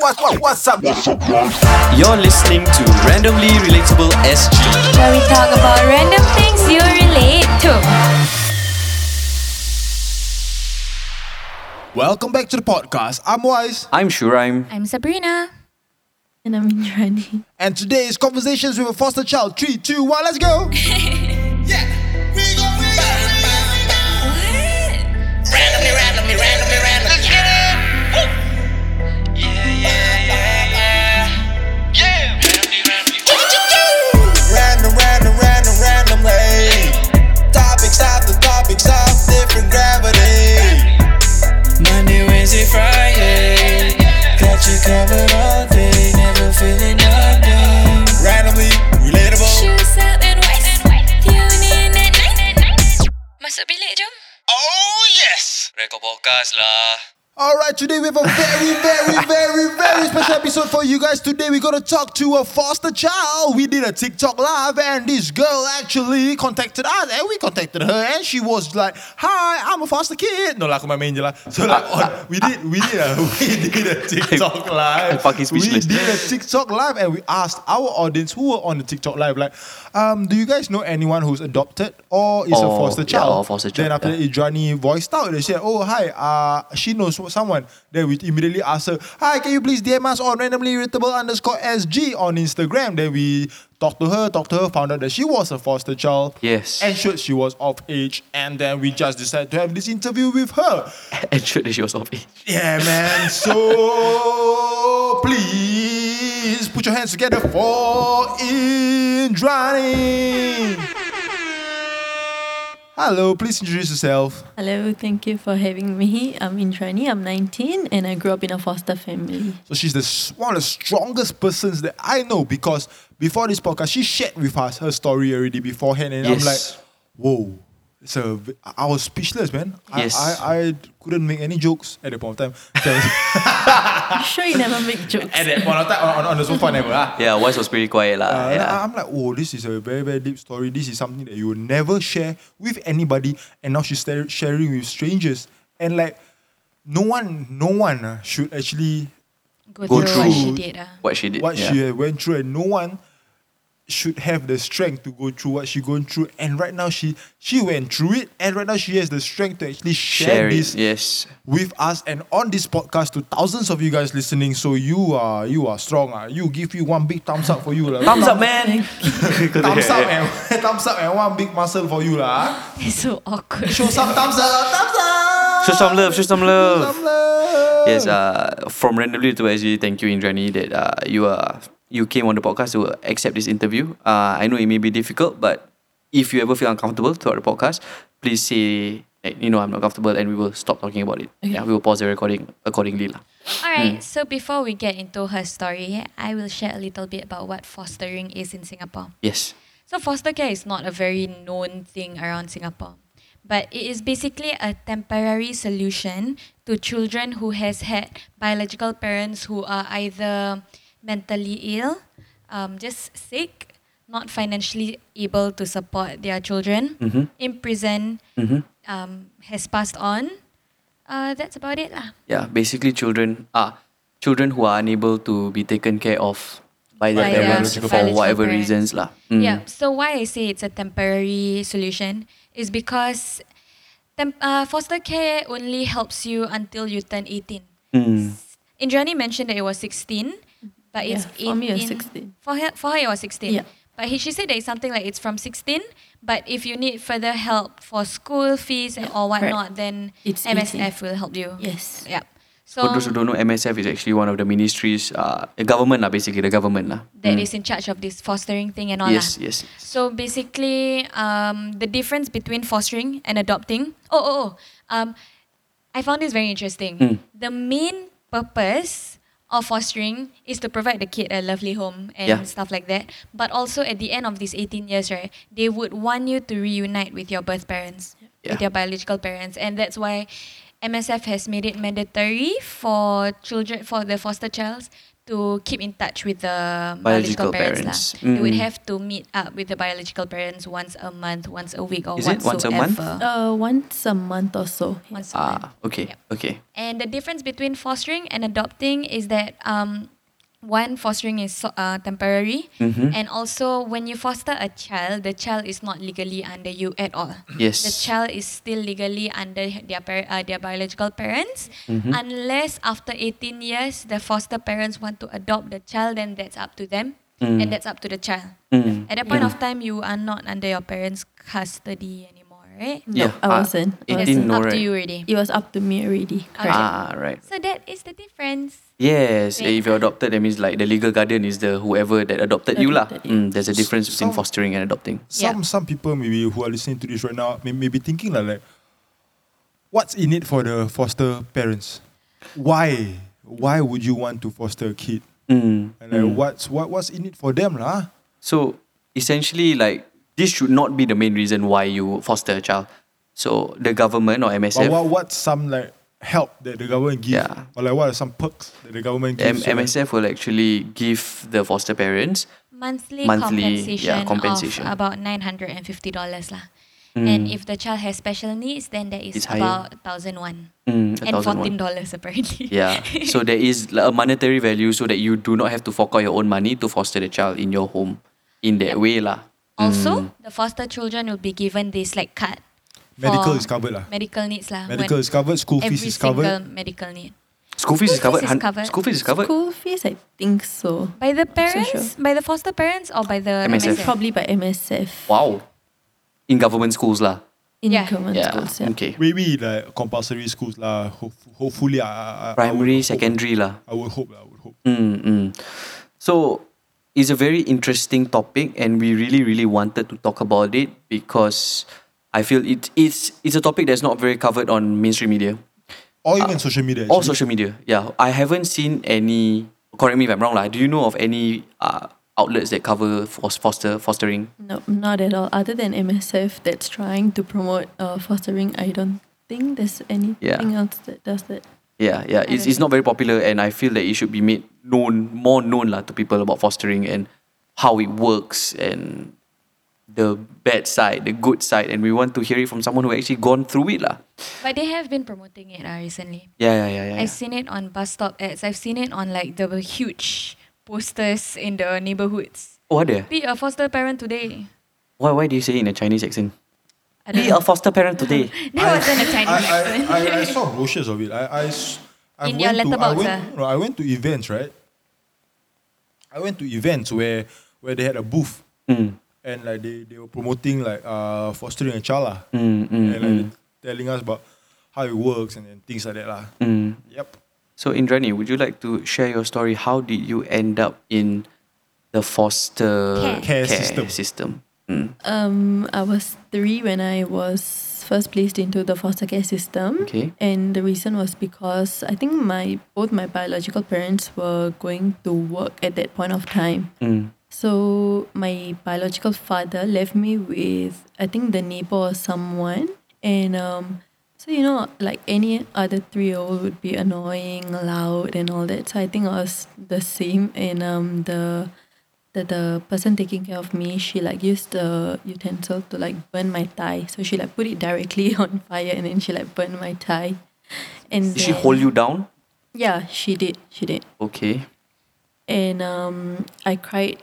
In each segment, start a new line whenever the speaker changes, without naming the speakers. what, what, what's up?
You're listening to Randomly Relatable SG.
where we talk about random things you relate to.
Welcome back to the podcast. I'm Wise,
I'm Shuraim.
I'm Sabrina.
And I'm Indrani.
and today is Conversations with a Foster Child. Three, two, one, let's go.
Randomly, randomly, randomly, randomly. Random, random, random, randomly. Topics after topics of different gravity.
Monday, Wednesday, Friday. Got you covered all day, never feeling up down.
Randomly relatable.
Shoes up and white and white. Tune in at night at night. Masuk bilik jom.
Oh, yes!
Rekod podcast lah.
All right, today we have a very, very, very, very special episode for you guys. Today we're gonna talk to a foster child. We did a TikTok live, and this girl actually contacted us, and we contacted her, and she was like, "Hi, I'm a foster kid." No, like my main je lah. So like, on, we did, we did, a, we did a TikTok live.
I'm fucking
We
speechless.
did a TikTok live, and we asked our audience who were on the TikTok live, like, um, "Do you guys know anyone who's adopted or is a
Or-
foster
Oh, yeah,
child?"
or foster
Then
child,
after
yeah.
that, Idrani voiced out. They said, "Oh hi, uh, she knows someone." Then we immediately asked her, "Hi, can you please DM us on randomly irritable underscore sg on Instagram?" Then we talked to her, talked to her, found out that she was a foster child.
Yes.
ensured she was of age, and then we just decided to have this interview with her.
And sure that she was of age.
Yeah, man. so please put your hands together for Indrani. Hello, please introduce yourself.
Hello, thank you for having me. I'm Indrani, I'm 19, and I grew up in a foster family.
So she's the s- one of the strongest persons that I know because before this podcast, she shared with us her story already beforehand, and I'm like,
Yes.
whoa. It's a, v- I was speechless, man. I,
Yes.
I, I couldn't make any jokes at that point of time.
You
Ah.
sure you never make jokes?
at that point of time, on, on, on the sofa, never. ah.
Yeah, voice was pretty quiet lah.
Uh,
yeah.
I'm like, oh, this is a very, very deep story. This is something that you will never share with anybody. And now she's star- sharing with strangers. And like, no one, no one uh, should actually
Go,
Go
through,
through
what she did. ah.
what she did.
what
yeah.
she had went through, and no one should have the strength to go through what she going through. And right now, she she went through it, and right now she has the strength to actually share,
Share it.
this
Yes.
with us and on this podcast to thousands of you guys listening. So you are you are strong. Uh. you give you one big thumbs up for you lah.
Thumbs up, man.
thumbs up and thumbs up and one big muscle for you lah.
It's so awkward.
Show some thumbs up, thumbs up.
Show some love. Show some
Show
love.
some love.
Yes. Uh, from randomly to SG. Thank you, Indrani, that uh, you are you came on the podcast to accept this interview. Uh, I know it may be difficult, but if you ever feel uncomfortable throughout the podcast, please say. that, You know, I'm not comfortable, and we will stop talking about it. Yeah, we will pause the recording accordingly. lah. Hmm.
Alright, so before we get into her story, I will share a little bit about what fostering is in Singapore.
Yes.
So foster care is not a very known thing around Singapore, but it is basically a temporary solution to children who has had biological parents who are either mentally ill, um, just sick, not financially able to support their children, in prison,
Mm-hmm.
um, has passed on. Uh, that's about it lah.
Yeah, basically children are children who are unable to be taken care of by their
By their
parents for
biological
whatever
parents.
reasons lah. Mm.
Yeah. So why I say it's a temporary solution is because temp- uh, foster care only helps you until you turn 18.
Mm.
Indrani mentioned that it was 16, but it's
Yeah, for me it was
18.
16.
For her, for her it was 16.
Yeah.
But he, she said that it's something like it's from 16, but if you need further help for school fees and or
correct.
whatnot, then
It's 18.
MSF will help you.
Yes.
Yeah. So
For those who don't know, MSF is actually one of the ministries, uh, the government lah, basically the government lah. Hmm.
that is in charge of this fostering thing and all
Mm. Yes,
that.
yes.
So basically, um, the difference between fostering and adopting. Oh, oh, oh. Um, I found this very interesting.
Hmm.
The main purpose of fostering is to provide the kid a lovely home and
Yeah.
stuff like that. But also at the end of these 18 years, right, they would want you to reunite with your birth parents,
Yeah.
with your biological parents. And that's why MSF has made it mandatory for children, for the foster childs to keep in touch with the
Biological
biological, parents.
parents.
lah. They would
Mm.
have to meet up with the biological parents once a month, once a week, or
Is it once a month?
whatsoever.
Uh, once a month or so.
Once a month.
Ah, okay,
Yep.
okay.
And the difference between fostering and adopting is that um, one fostering is so- uh, temporary,
Mm-hmm.
and also when you foster a child, the child is not legally under you at all.
Yes.
the child is still legally under their par- uh, their biological parents,
Mm-hmm.
unless after eighteen years the foster parents want to adopt the child, then that's up to them, and that's up to the child.
Mm.
At that point of time, you are not under your parents' custody anymore, right?
yeah,
I
ah,
wasn't. I
It
That's
didn't know,
up to
right?
you already.
It was up to me already. Correct.
Ah, right.
So that is the difference.
Yes,
Right.
if you're adopted, that means like the legal guardian is the whoever that adopted you lah.
Adopted, yeah.
Mm, there's a difference between
Some-
fostering and adopting.
Some
Yeah.
some people maybe who are listening to this right now may, may be thinking like, like, what's in it for the foster parents? Why? Why would you want to foster a kid?
Mm.
And like, what's what, what's in it for them lah?
So essentially, like this should not be the main reason why you foster a child. So the government or
But
MSF,
what what's some like help that the government give?
Yeah.
Or like what are some perks that the government
M-
gives? so that-
MSF will actually give the foster parents.
monthly,
Monthly,
compensation,
yeah, compensation. Mm.
of about nine hundred and fifty dollars lah. And if the child has special needs, then that is
It's higher.
about thousand one
Mm,
and
1,001.
fourteen dollars apparently.
Yeah. So there is like, a monetary value so that you do not have to fork out your own money to foster the child in your home. In that way lah. mm.
also, the foster children will be given this like card.
Medical
for
is covered lah.
Oh. Medical needs lah. when
Medical is covered, school
Every
fees is
single
covered.
medical need
School fees is covered.
School fees is
hun-
covered.
School fees is covered.
School fees, I think so.
by the parents,
sure.
by the foster parents, or by the
MSF.
MSF?
Probably by MSF.
Wow. In government schools lah.
In
Yeah.
government
Yeah.
schools. Yeah.
Okay.
Maybe like compulsory schools lah. Ho- hopefully, I, I- I, I would
Primary,
hope-
secondary lah.
I would hope. lah, I would hope.
Mm, mm. So it's a very interesting topic, and we really, really wanted to talk about it because I feel it, it's it's a topic that's not very covered on mainstream media
Or
Uh,
even social media.
or
actually.
social media. Yeah, I haven't seen any. Correct me if I'm wrong, lah. Do you know of any uh, outlets that cover fos- foster fostering?
No, not at all. Other than MSF that's trying to promote uh, fostering, I don't think there's anything else that does that.
Yeah, yeah. It's, it's not very popular, and I feel that it should be made known, more known lah, to people about fostering and how it works and the bad side, the good side, and we want to hear it from someone who actually gone through it lah.
But they have been promoting it uh, recently.
Yeah, yeah, yeah, yeah.
I've
yeah.
seen it on bus stop ads. I've seen it on like the huge posters in the neighborhoods.
Oh, ada.
Be a foster parent today.
Why, why do you say it in a Chinese accent?
I don't
Be a
know.
foster parent today.
That wasn't a Chinese
I,
accent.
I, I, I saw brochures of it. I, I, s- I
In
went
your
to, I
letterbox,
went,
ah?
no, I went to events, right? I went to events where where they had a booth
Mm,
and like they, they were promoting like uh, fostering a child lah.
mm, mm,
and like
mm,
telling us about how it works and, and things like that lah.
mm.
Yep.
So Indrani, would you like to share your story? How did you end up in the foster
Care.
Care system.
Mm,
Um, I was three when I was first placed into the foster care system.
Okay.
And the reason was because I think my both my biological parents were going to work at that point of time.
Mm,
So my biological father left me with I think the neighbor or someone, and um, so you know like any other three year old would be annoying, loud, and all that. So I think I was the same, and um, the the the person taking care of me, she like used the utensil to like burn my thigh. So she like put it directly on fire, and then she like burned my thigh.
Did
And
she
then-
hold you down?
Yeah, she did. She did
Okay.
and um, I cried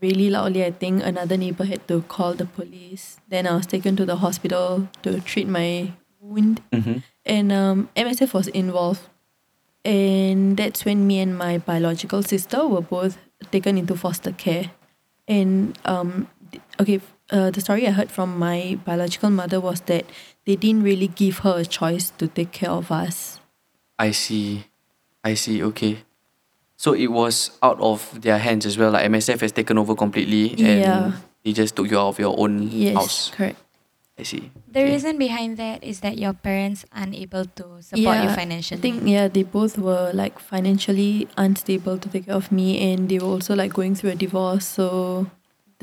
really loudly. I think another neighbor had to call the police. Then I was taken to the hospital to treat my wound,
Mm-hmm.
and um, MSF was involved. And that's when me and my biological sister were both taken into foster care. And um, th- okay, uh, the story I heard from my biological mother was that they didn't really give her a choice to take care of us.
I see. I see. Okay. So it was out of their hands as well. Like MSF has taken over completely and
Yeah.
they just took you out of your own
Yes,
house.
correct.
I see.
The
Okay.
reason behind that is that your parents aren't able to support you financially.
I think yeah, they both were like financially unstable to take care of me, and they were also like going through a divorce. So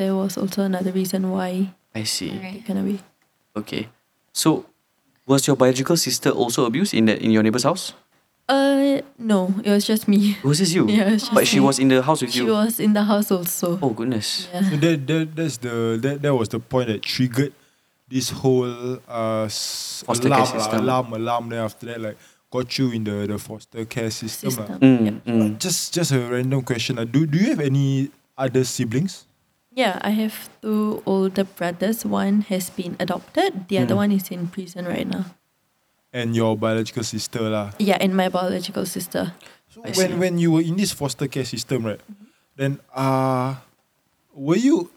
there was also another reason why
I see.
Right.
they kind of
Okay. So was your biological sister also abused in that in your neighbor's house?
Uh, no, it was just me.
It was just you.
Yeah, it was just
but she
me.
was in the house with
She
you.
was in the house also.
Oh goodness.
Yeah.
So that, that that's the that, that was the point that triggered this whole uh s-
Foster care
alarm, lah,
system.
alarm alarm then after that like got you in the, the foster care system. lah.
System.
Mm,
Yep.
mm.
Just just a random question. lah. do do you have any other siblings?
Yeah, I have two older brothers. One has been adopted. The other
Mm.
one is in prison right now.
And your biological sister lah.
Yeah, and my biological sister.
So
I
when
see.
when you were in this foster care system, right? Then uh were you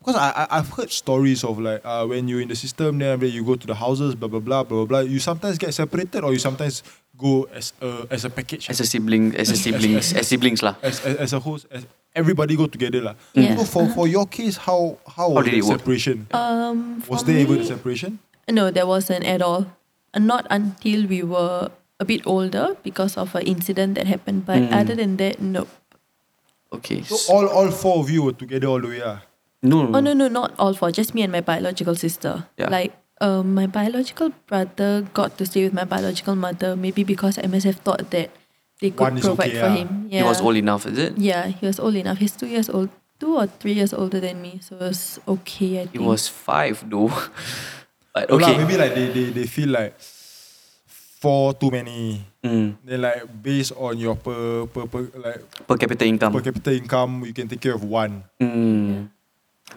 because I, I I've heard stories of like uh when you're in the system, then after that you go to the houses, blah blah blah blah blah. blah. You sometimes get separated, or you sometimes go as a as a package,
As a sibling, as a siblings, as siblings lah.
as, as, as a host, as everybody go together lah.
Yeah.
So for for your case, how how, was
did
the
it work?
separation?
Um, for
was there even a
me-
separation?
No, there wasn't at all. Uh, Not until we were a bit older because of an incident that happened. But
Mm.
other than that, no.
Okay.
So all all four of you were together all the way, ah.
no,
Oh no, no, not all four. Just me and my biological sister.
Mm. Yeah.
Like, um, my biological brother got to stay with my biological mother. Maybe because MSF thought that they could
One is
provide
okay,
for
yeah.
him.
He
Yeah.
was old enough, is it?
Yeah, he was old enough. He's two years old, two or three years older than me, so it was okay. I
He
think.
was five though. but
No lah,
okay.
maybe like they, they, they feel like four too many.
Mm,
Then like based on your per per, per like
per capita income.
per capita income, you can take care of one.
Um. Mm.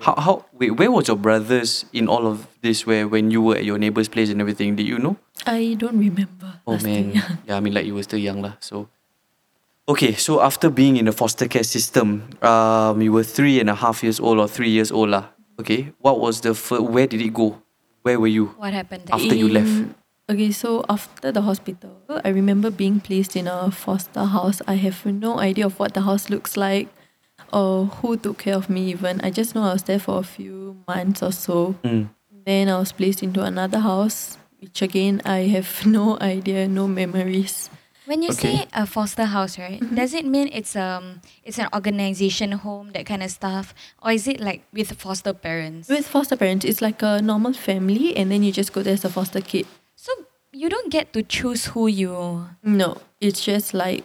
How how wait, where was your brothers in all of this where when you were at your neighbor's place and everything, did you know?
I don't remember.
Oh
last
man.
thing.
yeah, I mean like you were still young lah. So Okay, so after being in the foster care system, um you were three and a half years old or three years old lah. Okay. What was the fir- where did it go? Where were you?
What happened there?
After you left.
In- Okay, so after the hospital, I remember being placed in a foster house. I have no idea of what the house looks like or who took care of me even. I just know I was there for a few months or so.
Mm.
Then I was placed into another house, which again I have no idea, no memories.
When you
Okay. Mm-hmm.
say a foster house, right? Does it mean it's um it's an organization home that kind of stuff, or is it like with foster parents?
With foster parents, it's like a normal family, and then you just go there as a foster kid.
so you don't get to choose who you.
No, it's just like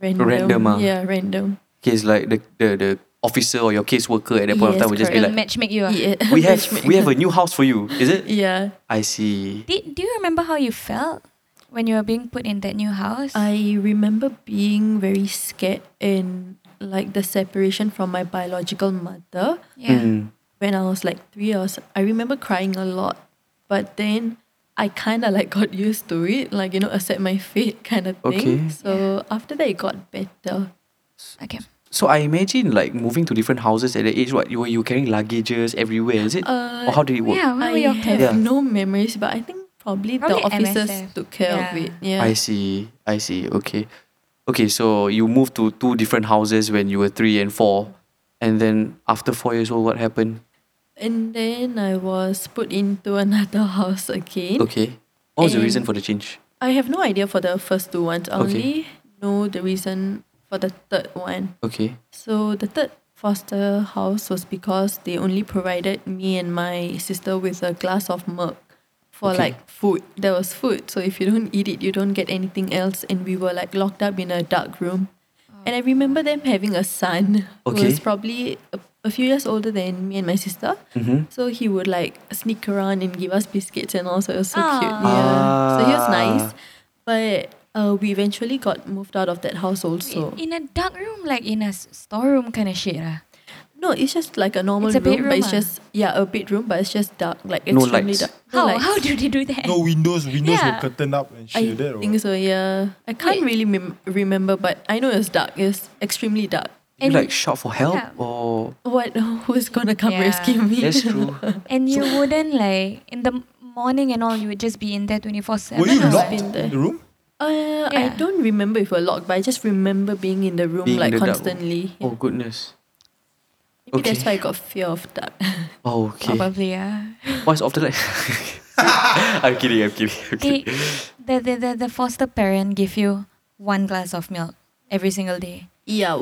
random.
Random, ah.
Yeah, random.
Okay, it's like the, the, the officer or your caseworker at that point of
Yes,
time will just be
The
like
correct.
match make you. ah?
Yeah.
we have we have a new house for you, is it?
Yeah,
I see.
Did, do you remember how you felt when you were being put in that new house?
I remember being very scared and like the separation from my biological mother
yeah.
Mm.
when I was like three years. I remember crying a lot, but then I kind of like got used to it, like you know, accept my fate kind of
Okay.
thing. So after that, it got better.
Okay.
So I imagine like moving to different houses at the age what you were you carrying luggages everywhere, is it?
Uh,
or how did it work?
Yeah. What
I
were your
have
Yeah.
no memories, but I think probably,
Probably
the officers
MSF.
took care of
Yeah.
it. Yeah.
I see. I see. Okay. Okay, so you moved to two different houses when you were three and four. And then after four years old, what happened?
And then I was put into another house again.
Okay. What was the reason
And-
for the change?
I have no idea for the first two ones. I
Okay.
only know the reason for the third one.
Okay.
So the third foster house was because they only provided me and my sister with a glass of milk for
Okay.
like food. There was food. So if you don't eat it, you don't get anything else. And we were like locked up in a dark room. And I remember them having a son who
Okay.
was probably a, a few years older than me and my sister.
Mm-hmm.
So he would like sneak around and give us biscuits and all. So it was so
Aw.
cute. Yeah. So he was
Ah.
nice. But uh, we eventually got moved out of that house also.
In, in a dark room, like in a s- storeroom kind of shit. ah.
no, it's just like a normal
It's a
room, but
bedroom
it's
ah?
just yeah, a bedroom, but it's just dark, like
No
extremely
lights.
dark. No
How,
lights.
how do they do that?
No windows, windows
Yeah.
were curtained up and
I
shit. that, or
think
oh.
what?
so. Yeah, I can't
Wait.
really mem- remember, but I know it's dark. It's extremely dark.
You
And-
like shout for help
yeah.
or
What? Who's gonna come
Yeah.
rescue me?
that's true. Oh,
And you wouldn't like in the m- morning and all. You would just be in there twenty four seven.
were you
I've
locked
been there.
in the room?
Uh, I
Yeah.
don't remember if we're locked, but I just remember being in the room
Being in
like
the dark room.
constantly.
oh goodness.
Maybe that's
Okay.
why I got fear of dark.
Oh, okay.
Probably yeah.
What's after that? I'm kidding, I'm kidding. I'm
They,
kidding.
the, the the the foster parent give you one glass of milk every single day.
yeah,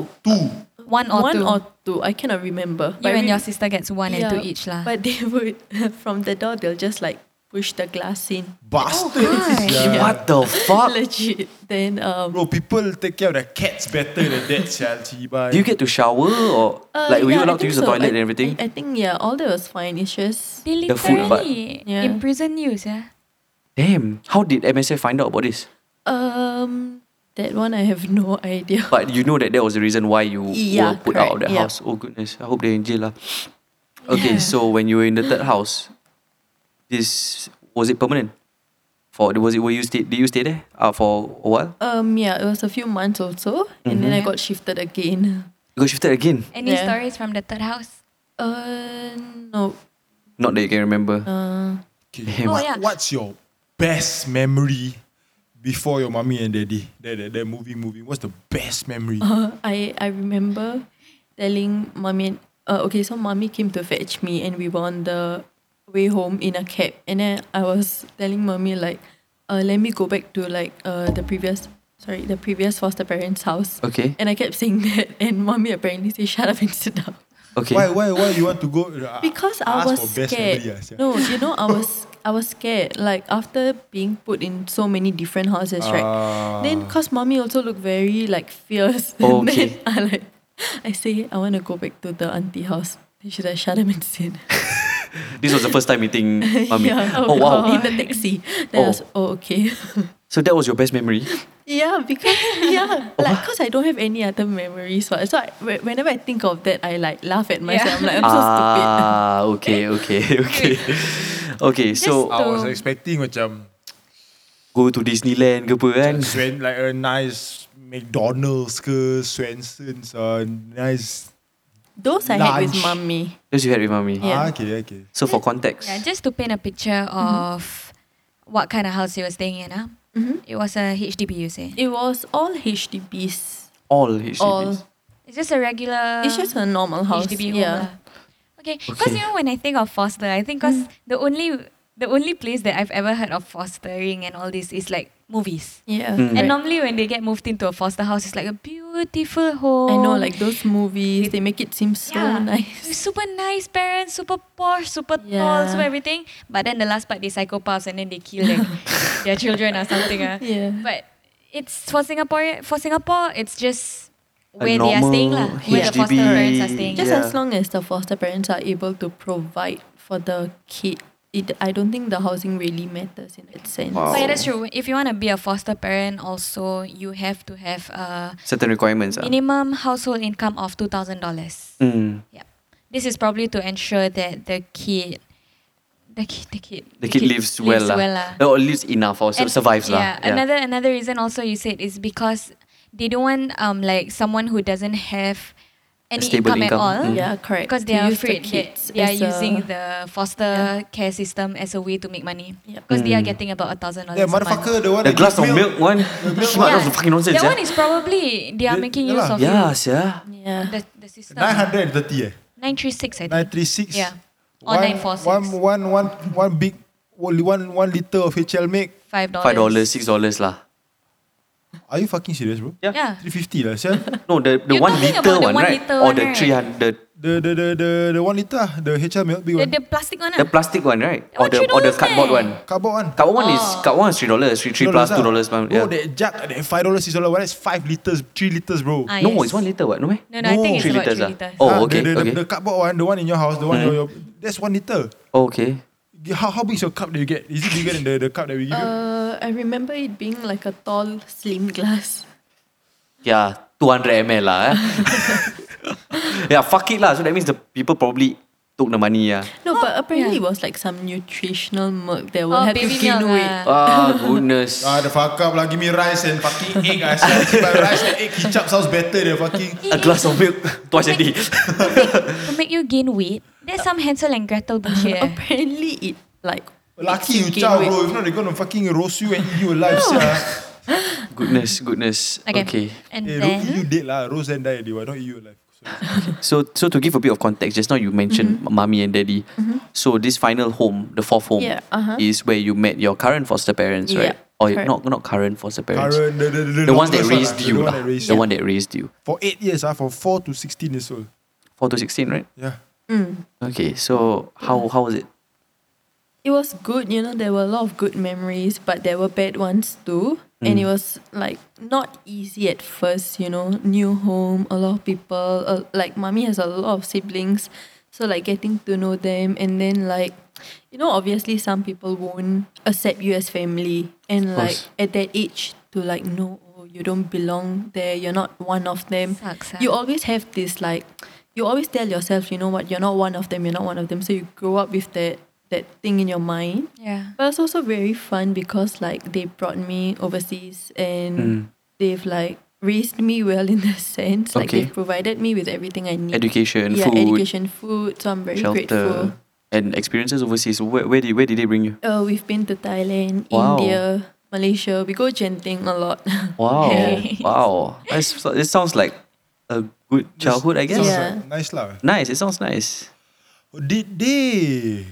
One or
one
two.
or two. I cannot remember.
you
But
and
we-
your sister gets one and
yeah,
two each lah.
But they would from the door. They'll just like push the glass in.
Bastards.
hi.
yeah.
What the
Oh.
fuck?
Legit. Then um,
Bro, people take care of their cats better than that, child.
Do you get to shower or
uh,
like were you
yeah, I
allowed to
think
use the
so.
toilet
I-
and everything?
I, I think yeah, all that was fine. It's just
They
The food part.
literally
Yeah.
imprison you, yeah.
Damn, how did MSF find out about this?
um that one I have no idea.
But you know that that was the reason why you
Yeah,
were put out of the
correct, yeah.
house. Oh goodness, I hope they're in jail lah. Okay, so when you were in the third house, this was it permanent? For was it were you stay? Did you stay there? Uh, for a while?
um yeah, it was a few months also, and then I
Mm-hmm.
got shifted again.
You got shifted again?
Any
Yeah.
stories from the third house?
Uh no.
Not that you can remember.
Uh,
Damn.
Oh, yeah.
What's your best memory before your mommy and daddy? That, that, that movie, movie. What's the best memory?
Uh, I I remember telling mommy and uh, okay, so mommy came to fetch me and we were on the way home in a cab and then I was telling mommy like uh, let me go back to like uh, the previous sorry, the previous foster parents' house.
Okay.
And I kept saying that and mommy apparently said shut up and sit down.
Okay.
Why, why, why you want to go? uh,
Because I
ask
was
for best
scared.
memory, ah, sia.
no, you know, I was I was scared. Like after being put in so many different houses,
Ah.
right? Then cause mommy also looked very like fierce. And
Oh, Okay.
then I like I say I wanna go back to the auntie house. Then should I shut him and sit
This was the first time meeting mommy.
yeah,
oh wow.
in the taxi? Then I was oh okay.
So that was your best memory.
yeah, because yeah.
Oh.
Like cause I don't have any other memories. But so I, whe- whenever I think of that I like laugh at myself. I'm like I'm so stupid.
Ah, okay, okay, okay. Okay, so
I was expecting macam
go to Disneyland ke apa kan?
Swen, like a nice McDonald's ke Swenson's a nice
Those I had with
Lunch.
mommy.
That's you had with mommy.
ah,
Yeah.
okay okay
So for context,
Yeah, just to paint a picture of what kind of house you were staying in, huh? It was a HDB, you say?
It was all HDBs.
all HDBs.
all.
It's just a regular.
It's just a normal house.
HDB home. uh.
yeah.
lah. Okay, because
Okay.
you know when I think of foster, I think because the only the only place that I've ever heard of fostering and all this is like movies.
Yeah.
Mm.
And
And
normally when they get moved into a foster house, it's like a beautiful home.
I know like those movies, they make it seem so
Yeah.
nice.
super nice parents, super posh, super tall,
Yeah.
super everything. But then the last part, they psychopaths and then they kill their, their children or something. ah.
Yeah.
But it's for Singapore. For Singapore, it's just
A
where they are staying lah,
normal
where the foster
HDB.
parents are staying.
Just
Yeah.
as long as the foster parents are able to provide for the kid, it I don't think the housing really matters in that sense.
Wow.
But yeah, that's true. If you want to be a foster parent, also you have to have a
certain requirements. Ah.
minimum household income of two thousand dollars.
Mm.
Yep. This is probably to ensure that the kid, the kid, the kid,
The kid lives well, lah.
lah.
Or lives enough or sur-
And-
survives lah.
Yeah. Another another reason also you said is because they don't want um like someone who doesn't have any
stable
income,
income.
at all.
Mm.
Yeah, correct.
Because
To
they are
use the
afraid that
kids
they are
as a-
using the foster care system as a way to make money.
Yeah.
Because they are
Mm.
getting about a thousand dollars.
yeah motherfucker the one
The
that
glass of
gives
milk one. What? That's fucking nonsense.
That
yeah.
one is probably they are
Yeah,
making
yeah
use
lah.
of
yeah, sia.
Yeah.
the, the system.
930 eh
936, I think.
936
Yeah. Or
One-
946.
one one one one big only one one liter of HL milk
Five dollars.
Five dollars, six dollars lah.
are you fucking serious bro
Yeah.
Yeah.
350 lah sia
No, the, the
You're
one
talking
liter
about the
one,
one
right?
liter
or
one,
the
right?
three hundred,
the the the the the one liter ah, the HL milk big
The,
one
the plastic one.
the
ah.
plastic one, right?
That
Or
one
the
three
or the
dollars,
cardboard
eh.
one.
cardboard one
Cardboard one is
Oh.
cardboard one is three dollars, three three plus two dollars.
Oh,
Yeah.
that jug, that five dollars is all what? That's five liters, three liters, bro.
Ah,
no,
yes.
it's one liter, what? No, meh?
No, no, I think
No.
it's
three
about
liters,
three
ah.
liters.
Oh,
Ah,
okay,
The, the,
okay. Hmm.
the, the cardboard one, the one in your house, the one your, your that's one liter.
Oh, okay.
How, how big is your cup that you get? Is it bigger than the, the cup that we give you?
Uh, I remember it being like a tall, slim glass.
Yeah, 200 ml lah. Eh. yeah, fuck it lah. So that means the people probably took the money. ya. Yeah.
No, but apparently
Oh, yeah.
it was like some nutritional milk that will
Oh,
help you
baby
gain
milk
weight.
lah.
Ah, goodness.
Ah, the fuck up lah. Give me rice and fucking egg. I swear, but rice and egg hijab sounds better than fucking.
a glass of milk twice a day.
To make you gain weight, there's some Hansel and Gretel bullshit. eh.
Apparently it like
Lucky
makes
you
gain
chow,
weight.
bro. If not, they're gonna fucking roast you and eat you alive, sia.
goodness, goodness.
Okay.
Okay.
And
Hey, Eh, don't eat you
then
dead lah. Roast and die, they will not eat you alive. So,
So, so to give a bit of context, just now you mentioned
Mm-hmm.
mommy and daddy. So this final home, the fourth home,
Yeah, uh-huh.
is where you met your current foster parents, right?
Yeah,
Or
correct.
not, not current foster parents.
Karen, the, the, the,
the ones that
longest
raised
one,
you,
The
lah.
one that raised
the
you.
one that raised you.
For eight years, ah, from four to sixteen years old.
Four to sixteen, right?
Yeah.
Okay, so how how was it?
it was good, you know, there were a lot of good memories, but there were bad ones too. And it was like not easy at first, you know, new home, a lot of people, uh, like mommy has a lot of siblings. So like getting to know them and then like you know, obviously some people won't accept you as family and like
course.
at that age to like no oh, you don't belong there, you're not one of them.
Sucks, ah. huh?
You always have this like you always tell yourself, you know what, you're not one of them, you're not one of them. So you grow up with that that thing in your mind.
Yeah.
But it's also very fun because like they brought me overseas and
Hmm. Mm.
they've like raised me well in the sense. Like
Okay.
they've provided me with everything I need.
Education,
yeah,
food,
education, food. So I'm very
shelter,
grateful.
and experiences overseas. Where, where did where did they bring you?
Uh, we've been to Thailand,
Wow.
India, Malaysia. We go Genting a lot.
Wow,
Yeah.
wow. That's, so- it sounds like a good childhood, I guess.
sounds- Yeah.
Nice lah.
Nice. It sounds nice.
Did they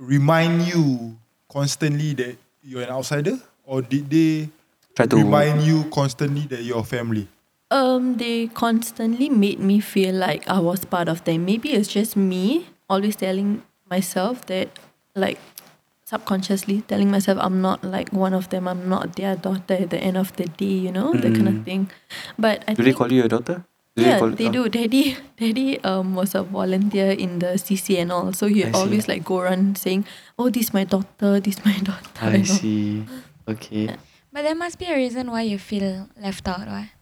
remind you constantly that you're an outsider, or did they
Try to
remind you constantly that you're family?
Um, they constantly made me feel like I was part of them. Maybe it's just me always telling myself that, like, subconsciously telling myself I'm not like one of them. I'm not their daughter at the end of the day. You know that kind of thing. But I
Mm. Do they
think
call you your daughter? Do
yeah,
call,
they
oh,
do. Daddy, Daddy um was a volunteer in the CC and all, so he
I see.
always like go around saying, "Oh, this my daughter. This my daughter."
I
and all.
see. Okay.
But there must be a reason why you feel left out, right?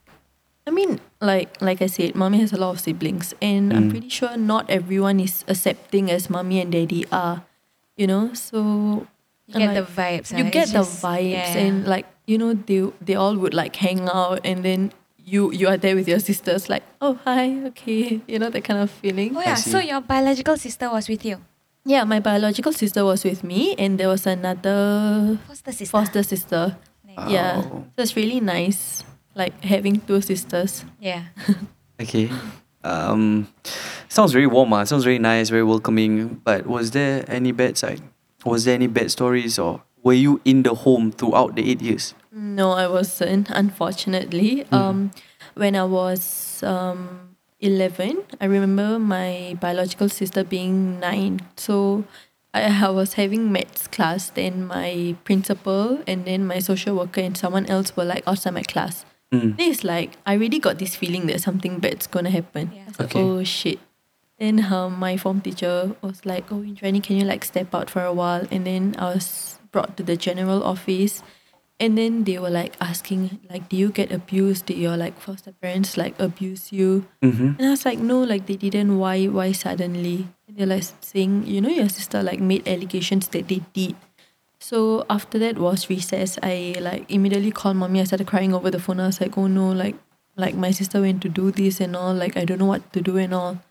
I mean, like like I said, mommy has a lot of siblings, and I'm pretty sure not everyone is accepting as mommy and daddy are, you know. So
You get
like,
the vibes.
you
right? It's
get the
just-
vibes,
yeah.
and like you know, they they all would like hang out, and then you you are there with your sisters, like oh hi, okay, you know that kind of feeling.
Oh yeah.
see.
So your biological sister was with you.
Yeah, my biological sister was with me, and there was another
Foster sister.
foster sister.
Nice.
Yeah,
Oh.
so it's really nice, like having two sisters.
Yeah.
Okay. Um, sounds very warm. Ah, sounds very nice, very welcoming. But was there any bad side? Was there any bad stories, or were you in the home throughout the eight years?
No, I wasn't, unfortunately. Um, when I was um, 11, I remember my biological sister being nine. So I, I was having maths class, then my principal and then my social worker and someone else were like outside my class.
Mm.
Then it's like, I really got this feeling that something bad's gonna happen.
Yeah.
I was like,
Okay.
oh shit. Then um, my form teacher was like, "Oh, Indrani, can you like step out for a while?" And then I was brought to the general office, and then they were like asking, like, "Do you get abused? Did your like foster parents like abuse you?"
Mm-hmm.
And I was like, "No, like they didn't. Why? Why suddenly?" And they're like saying, "You know, your sister like made allegations that they did." So after that was recess. I like immediately called mommy. I started crying over the phone. I was like, "Oh no, like like my sister went to do this and all. Like I don't know what to do and all."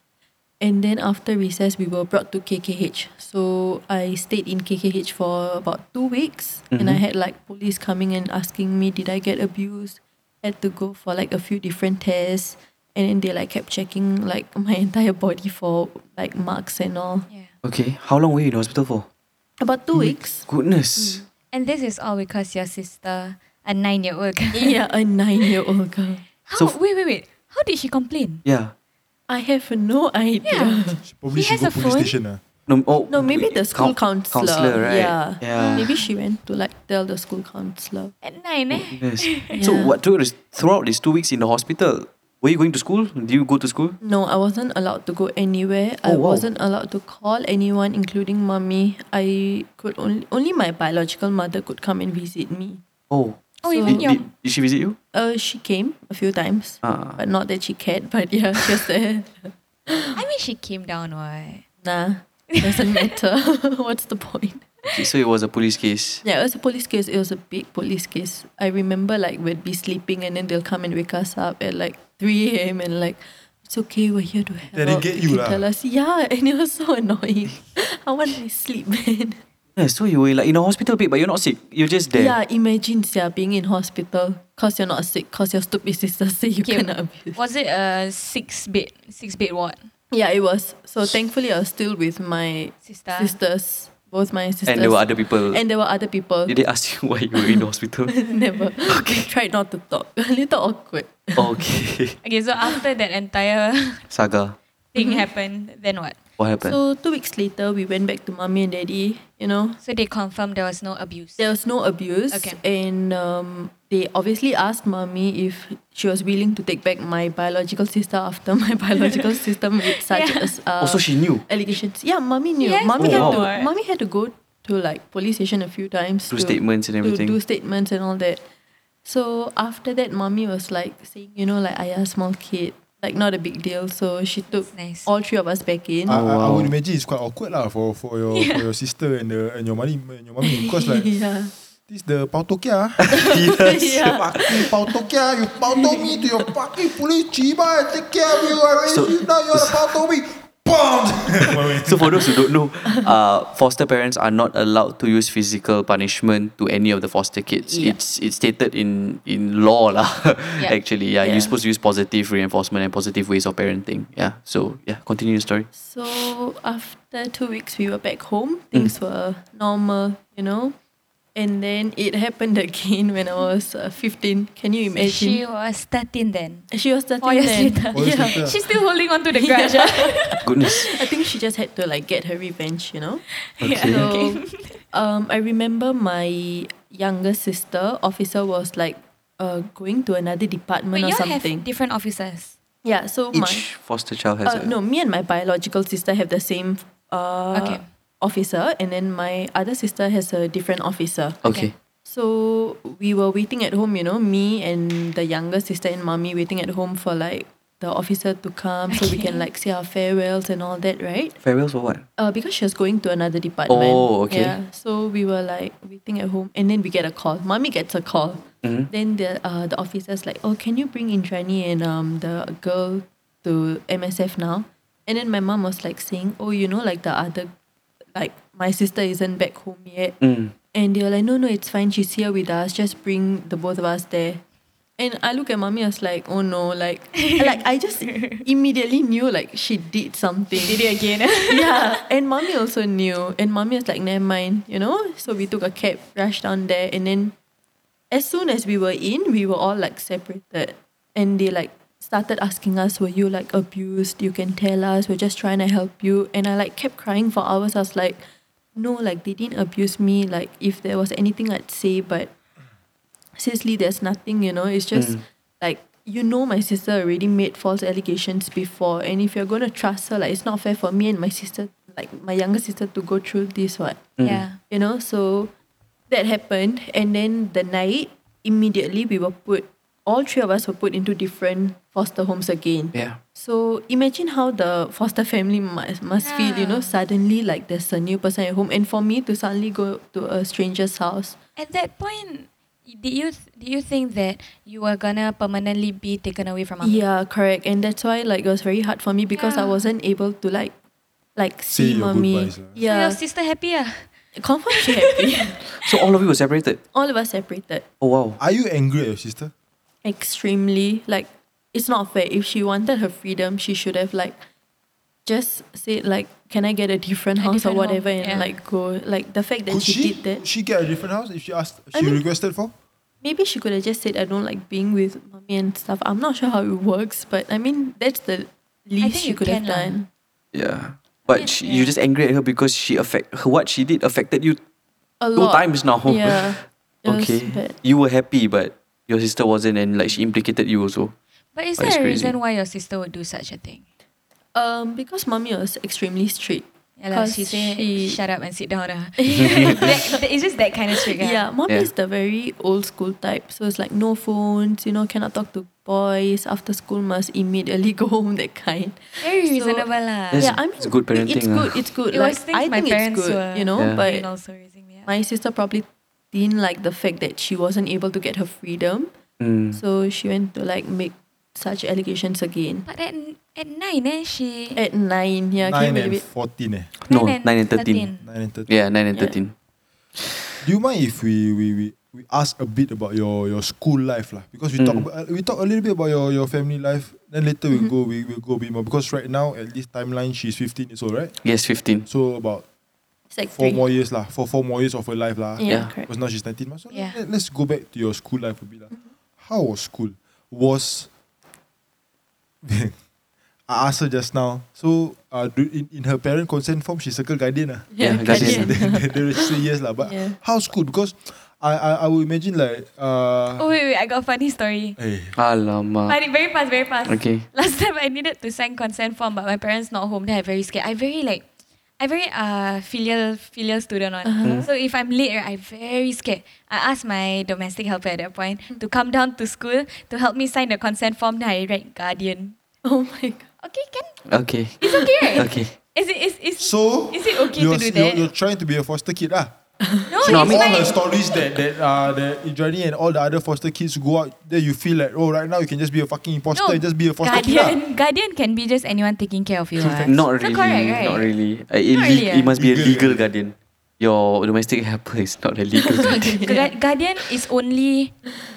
And then after recess, we were brought to KKH. So I stayed in KKH for about two weeks, and I had like police coming and asking me, did I get abused? Had to go for like a few different tests, and then they like kept checking like my entire body for like marks and all.
Yeah.
Okay. How long were you in hospital for?
About two weeks. Mm.
Goodness.
And this is all because your sister, a nine-year-old girl.
yeah, a nine-year-old girl.
How?
So f-
wait, wait, wait. How did she complain?
Yeah.
I have no idea.
Yeah.
She probably
He
should go
has a
police
phone?
station. ah.
No. Oh,
No, maybe the school
coun-
counselor.
Counselor, right?
Yeah.
Yeah.
Maybe she went to like tell the school counselor.
At nine, eh?
Yes. So
Yeah.
what throughout this- throughout these two weeks in the hospital? Were you going to school? Do you go to school?
No, I wasn't allowed to go anywhere. I
Oh, wow.
wasn't allowed to call anyone, including mommy. I could only only my biological mother could come and visit me.
Oh.
Oh,
So-
even
Did,
your
did, did she visit you?
Uh, she came a few times,
Ah.
but not that she cared. But yeah, she was there.
I mean, she came down, right?
Nah, doesn't matter. What's the point?
Okay, so it was a police case.
Yeah, it was a police case. It was a big police case. I remember like we'd be sleeping and then they'll come and wake us up at like 3 a.m. and like, it's okay, we're here to help.
they get you
can
lah.
tell us. Yeah, and it was so annoying. I want my sleep, man.
Yeah, so you were like in a hospital bed, but you're not sick. You're just there.
Yeah, imagine yeah, being in hospital because you're not sick, because your stupid sister say you
Okay,
cannot abuse.
Was it a six bed, six bed ward?
Yeah, it was. So thankfully, I was still with my
Sister.
sisters, both my sisters.
And there were other people.
And there were other people.
Did they ask you why you were in the hospital?
Never. We tried not to talk. A little awkward.
okay.
Okay, so after that entire
Saga.
thing happened, then what?
What happened?
So two weeks later, we went back to mommy and daddy. You know,
So they confirmed there was no abuse.
there was no abuse,
Okay.
and um, they obviously asked mommy if she was willing to take back my biological sister after my biological sister made such
Yeah.
as uh,
oh, so she knew.
allegations. Yeah, mommy knew.
Yes,
mommy
Oh,
had
wow.
to. Mommy had to go to like police station a few times
Do statements and
to
everything.
do statements and all that. So after that, mommy was like saying, you know, like I a small kid, like not a big deal. So she took
That's nice.
all three of us back in.
I, I, I
Oh, wow.
would imagine it's quite awkward lah for for your for your sister and the and your money and your mommy because like
yeah.
this the pautokia
yeah.
ah. fucking pautokia you pauto me to your fucking police chiba and take care of you I raise
So-
you now you're the pauto me boom
So for those who don't know, uh, foster parents are not allowed to use physical punishment to any of the foster kids.
Yeah.
It's it's stated in in law lah.
Yeah.
Actually, yeah, you're
Yeah.
supposed to use positive reinforcement and positive ways of parenting. Yeah. So yeah, continue your story.
So after two weeks, we were back home.
Mm.
Things were normal, you know. And then it happened again when I was uh, 15. Can you imagine?
She was 13 then.
She was 13
Four years
then.
later.
Four years
Yeah.
later.
She's still holding on to the grudge. ah.
Oh
Goodness.
I think she just had to like get her revenge, you know.
Okay.
So, um, I remember my younger sister officer was like uh, going to another department
But
or
you all
something.
have different officers.
yeah, so my
Each foster child has
uh,
a
no, me and my biological sister have the same uh,
Okay.
officer, and then my other sister has a different officer.
Okay.
So we were waiting at home, you know, me and the younger sister and mommy waiting at home for like the officer to come so we can like say our farewells and all that, right?
Farewells or what?
Uh, because she was going to another department.
Oh, okay.
Yeah, so we were like waiting at home, and then we get a call. Mommy gets a call.
Mm-hmm.
Then the uh, the officer's like, "Oh, can you bring Indrani and um the girl to MSF now?" And then my mom was like saying, "Oh, you know, like the other, like my sister isn't back home yet."
Mm.
And they were like, "No, no, it's fine. She's here with us. Just bring the both of us there." And I look at mommy, I was like, oh no, like, like I just immediately knew like she did something
Did it again.
yeah, and mommy also knew, and mommy was like, "Never mind," you know. So we took a cab, rushed down there, and then as soon as we were in, we were all like separated, and they like started asking us, "Were you like abused? You can tell us. We're just trying to help you." And I like kept crying for hours. I was like, "No, like they didn't abuse me. Like if there was anything, I'd say, but seriously, there's nothing. You know, it's just like." You know, my sister already made false allegations before, and if you're gonna trust her, like it's not fair for me and my sister, like my younger sister, to go through this. What?
Yeah.
you know so that happened and then the night immediately we were put all three of us were put into different foster homes again
Yeah.
so imagine how the foster family must, must feel you know suddenly like there's a new person at home and for me to suddenly go to a stranger's house
At that point, did you did you think that you were gonna permanently be taken away from us?
yeah correct and that's why like it was very hard for me because i
Yeah.
wasn't able to like like
Say
see
your
mommy
goodbyes lah.
So
yeah
your sister happy ah?
confirm she happy
So all of you were separated.
all of us separated
Oh wow.
are you angry at your sister
extremely like it's not fair if she wanted her freedom she should have like just said like can i get a different
A
house
different
or whatever
home,
and
yeah.
like go like the fact that
could
she,
she
did
could
that
she get a different house if she asked she
I mean-
requested for
maybe she could have just said i don't like being with mommy and stuff i'm not sure how it works but i mean that's the least
think
she
you
could have
can lah.
done
Yeah. But she, you're just angry at her because she affect her, what she did affected you
uh,
a
two
lot
times now.
yeah it was
okay.
bad.
You were happy, but your sister wasn't, and like she implicated you also.
But is
But it's
there a
crazy.
reason why your sister would do such a thing?
um because mommy was extremely strict
Yeah, lah,
'Cause
she said,
she-
shut up and sit down. ah." That- that- it's just that kind of trick. ah.
Yeah, mom
Yeah.
is the very old school type. So it's like no phones, you know, cannot talk to boys. After school, must immediately go home. That kind.
Very
So-
reasonable. ah. lah.
That's-
yeah, I mean,
it's good
It's
parenting, ah.
good. It's good.
It
like,
was things
I
my
think
parents
it's good,
were
you know.
Yeah.
But
Doing also raising me up.
my sister probably didn't like the fact that she wasn't able to get her freedom,
Mm.
so she went to like make such allegations again
But at, at nine, eh, she.
at nine. Yeah,
nine
can you
and
believe it?
fourteen eh
No, nine and 13.
nine and thirteen
Yeah, nine and
Yeah.
thirteen.
Do you mind if we we, we, we ask a bit about your, your school life lah? Because we talk
Mm.
about, we talk a little bit about your, your family life. Then later
Mm-hmm.
we go we will go a bit more because right now at this timeline she's fifteen years old, right?
Yes, fifteen.
So about
Sec
four
three.
more years lah, for four more years of her life lah.
yeah,
Yeah.
correct.
Because now she's nineteen. mah. So
Yeah.
let, us go back to your school life a bit lah. How was school? Was I asked her just now. So uh, do, in, in her parent consent form, she circled guardian. ah.
Yeah, guardian.
they, they, they say yes lah. But
Yeah.
how school? Because I, I I will imagine like
Oh
uh.
wait, wait, I got a funny story.
Hey,
Alamak.
Funny, very fast, very fast.
Uh. Okay.
Last time I needed to sign consent form, but my parents not home. Then I very scared. I very like, I very uh filial filial student on.
Uh-huh.
So if I'm late, right, I very scared. I asked my domestic helper at that point to come down to school to help me sign the consent form. Then I read guardian.
Oh my god.
Okay, can
Okay.
it's okay, right?
Okay.
Is it is is
So
is it okay
you're,
to do
you're,
that?
you're trying to be a foster kid ah.
No, I
no, it's
mean-
all
fine.
her stories that that uh that Indrani and all the other foster kids go out there, you feel like oh right now you can just be a fucking imposter and just be a foster
guardian,
kid. ah?
guardian can be just anyone taking care of you. ah.
Not
It's
really.
correct, right?
Not really. Uh, it, le-
Not really,
it
eh?
must be a
Legal.
legal guardian. Your domestic helper is not a legal guardian.
Gu- Guardian is only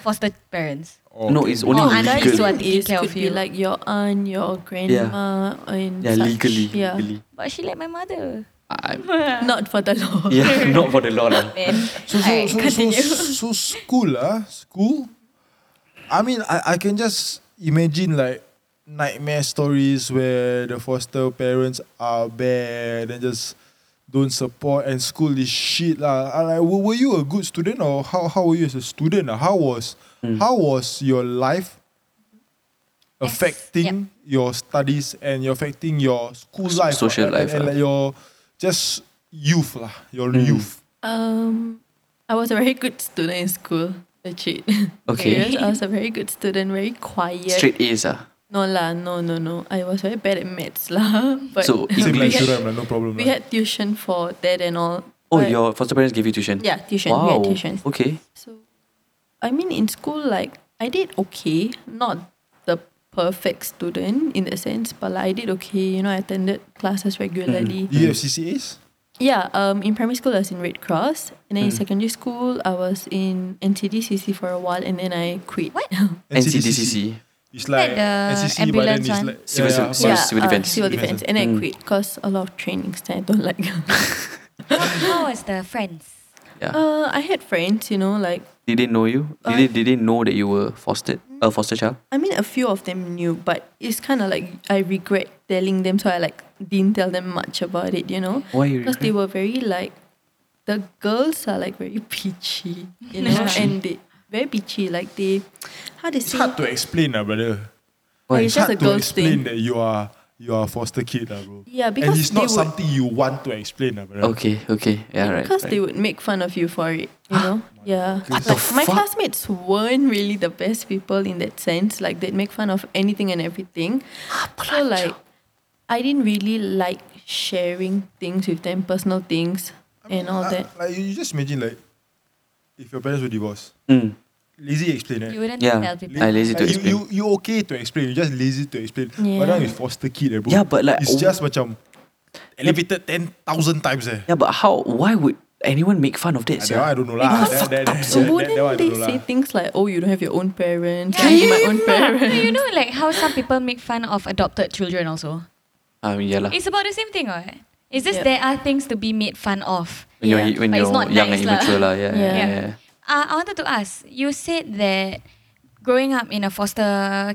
foster parents.
lah.
No, it's only
Oh, I like
legal.
this one.
Guardian
taking
is
care
could
of
be
you.
like your aunt, your grandma, and
Yeah,
such.
legally.
Yeah,
legally.
But she like my mother.
I'm,
not for the law.
yeah, not for the law lah.
Man.
So so,
Alright,
so, so,
continue.
so school ah school. I mean I, I can just imagine like nightmare stories where the foster parents are bad and just don't support and school is shit lah. I Like, were, were you a good student or how how were you as a student? ah? How was
Hmm.
how was your life
Yes,
affecting your studies and your affecting your school life, ah,
social
and-
life,
and, and
ah.
like your just youth lah, your
Mm.
youth.
Um, I was a very good student in school. Legit.
Okay.
Serious, I was a very good student, very quiet.
Straight A's ah.
No lah, no, no, no. I was very bad at maths lah. But
So,
Same like
English.
Shuraim lah, no problem.
we
lah.
had tuition for that and all.
Oh,
but-
your foster parents gave you tuition.
yeah, tuition. We
Wow.
had tuition.
Okay.
So, I mean, in school, like I did okay, not the perfect student in that sense, but like I did okay. You know, I attended classes regularly.
Mm-hmm.
Do you have CCAs?
Yeah, um, in primary school I was in Red Cross, and then in
Mm.
secondary school I was in NCDCC for a while, and then I quit.
What?
NCDCC.
It's like
Like the
NCC, but then
ambulance
it's
one.
like
Civil
yeah,
service.
yeah.
yeah,
civil
uh,
defense.
civil
Defense.
defense, and then
Mm.
I quit because a lot of trainings that I don't like.
How was the friends?
Yeah.
uh, I had friends, you know, like
Did they know you? Did they, did they know that you were fostered? A foster child?
I mean, a few of them knew, but it's kind of like I regret telling them, so I like didn't tell them much about it, you know.
Why you
Because they
regret?
were very like, the girls are like very peachy, you know,
Peachy.
and they very peachy. Like they, how they
It's
say,
hard to explain, uh, brother.
Why?
it's just a
hard to
girls
explain
thing.
that you are you are a foster kid, uh, bro.
Yeah,
and
because
it's not
they would,
something you want to explain, uh, brother.
Okay, okay. Yeah, right.
because
right.
they would make fun of you for it, you know. yeah,
What
the
Like, my
fuck?
classmates weren't really the best people in that sense. Like they'd make fun of anything and everything.
Ah,
so like, I didn't really like sharing things with them, personal things and all
Uh,
that.
Like you you just imagine like if your parents were divorced,
Mm.
lazy explain
You
it.
wouldn't
Yeah.
tell people.
I lazy to
Like, you,
explain.
you you okay to explain, you just lazy to explain. But
Yeah.
now it's foster kid, eh, bro.
Yeah, but like- oh,
it's just macam elevated ten thousand times eh.
Yeah, but how? Why would anyone make fun of that?
Ah,
sia?
that one I don't know lah.
Because
That- that- that-
So
that- that- that one I
wouldn't
don't
they
know
say
lah.
things like, "Oh, you don't have your own parents"?
Yeah.
I have my own
No, you
parents.
know like how some people make fun of adopted children also.
I mean, Um, yeah lah.
It's about the same thing, right? It's just
Yeah.
there are things to be made fun of.
When you're
Yeah.
when
But it's
you're
not
young
nice
and
lah.
immature lah. Yeah, yeah,
Yeah.
yeah.
Uh, I wanted to ask. You said that growing up in a foster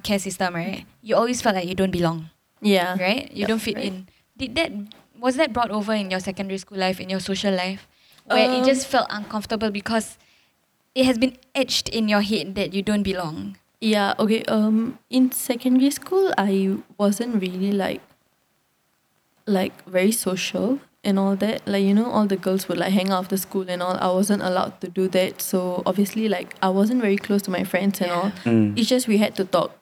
care system, right? You always felt like you don't belong,
Yeah.
right? You
Uh-huh. Yeah,
don't fit
right.
in. Did that was that brought over in your secondary school life, in your social life, where it
Um,
just felt uncomfortable because it has been etched in your head that you don't belong.
Yeah, okay. Um in secondary school I wasn't really like like very social and all that. Like, you know, all the girls would like hang out after school and all. I wasn't allowed to do that. So obviously like I wasn't very close to my friends and all.
Mm.
It's just we had to talk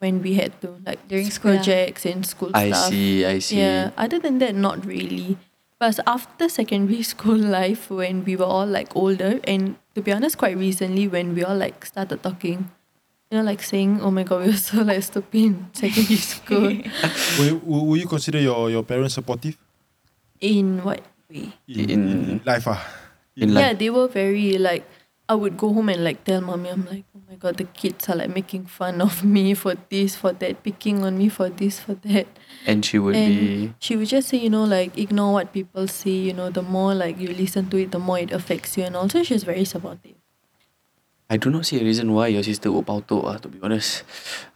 when we had to like
During
s-
school, ah.
projects and school
I
stuff.
see. I see.
Yeah. Other than that, not really. But it's after secondary school life, when we were all like older, and to be honest, quite recently, when we all like started talking, you know, like saying, "Oh my god, we were so like stupid in secondary school."
Will, will, will you consider your, your parents supportive
in what way?
in, in,
In-
in life? Ah,
In
yeah,
like,
they were very like. I would go home and like tell mommy, I'm like, oh my god, the kids are like making fun of me for this, for that, picking on me for this, for that.
and she would
and
be.
she would just say you know like ignore what people say you know the more like you listen to it the more it affects you and also she's very supportive
I do not see a reason why your sister would pauto, ah, to be honest.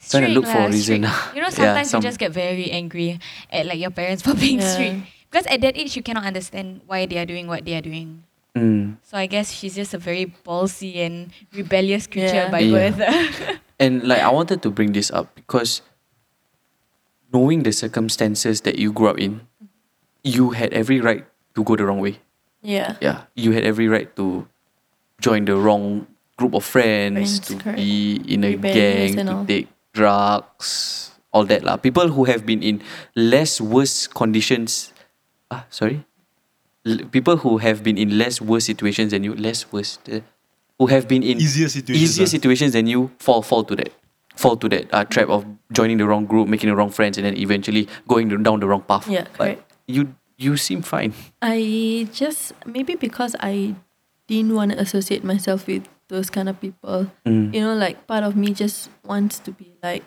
Trying to
Strict
look for a
lah,
reason.
strict.
ah.
You know,
Yeah,
sometimes
some-
you just get very angry at like your parents for being
Yeah.
strict. Because at that age, you cannot understand why they are doing what they are doing.
Mm.
So I guess she's just a very ballsy and rebellious creature
Yeah.
by
Yeah.
birth.
And like I wanted to bring this up because knowing the circumstances that you grew up in, you had every right to go the wrong way.
Yeah.
Yeah. You had every right to join the wrong group of friends,
Friends,
to
correct.
be in a
Rebellious
gang,
and
to
all.
take drugs, all that lah. People who have been in less worse conditions ah, sorry. L- people who have been in less worse situations than you, less worse eh, who have been in
Easier situations,
easier
ah.
situations than you fall fall to that fall to that uh, trap of joining the wrong group, making the wrong friends, and then eventually going the- down the wrong path.
Yeah,
but
correct.
you you seem fine.
I just maybe because I didn't want to associate myself with those kind of people. You know, like part of me just wants to be like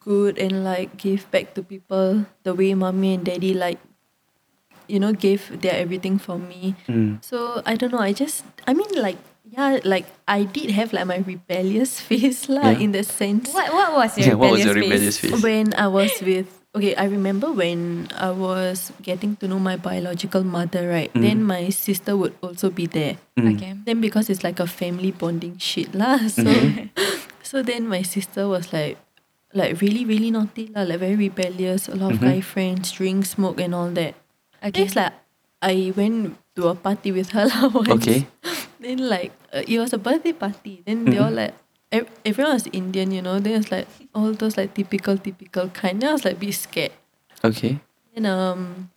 good and like give back to people the way mommy and daddy like you know gave their everything for me. So I don't know. I just I mean like yeah like I did have like my rebellious phase lah
Yeah.
in the sense
what what was your
Yeah, what was your rebellious
rebellious phase?
phase?
when I was with okay, I remember when I was getting to know my biological mother, right? Then my sister would also be there.
Okay.
Then because it's like a family bonding shit lah, so so then my sister was like like really really naughty lah, like very rebellious, a lot of guy friends, drink, smoke, and all that.
Okay.
Then it's like I went to a party with her lah once.
Okay.
Then like uh, it was a birthday party. Then they all like ev- everyone was Indian, you know. Then it's like all those like typical typical kind. Then I was like a bit scared.
Mm. Okay.
Then um,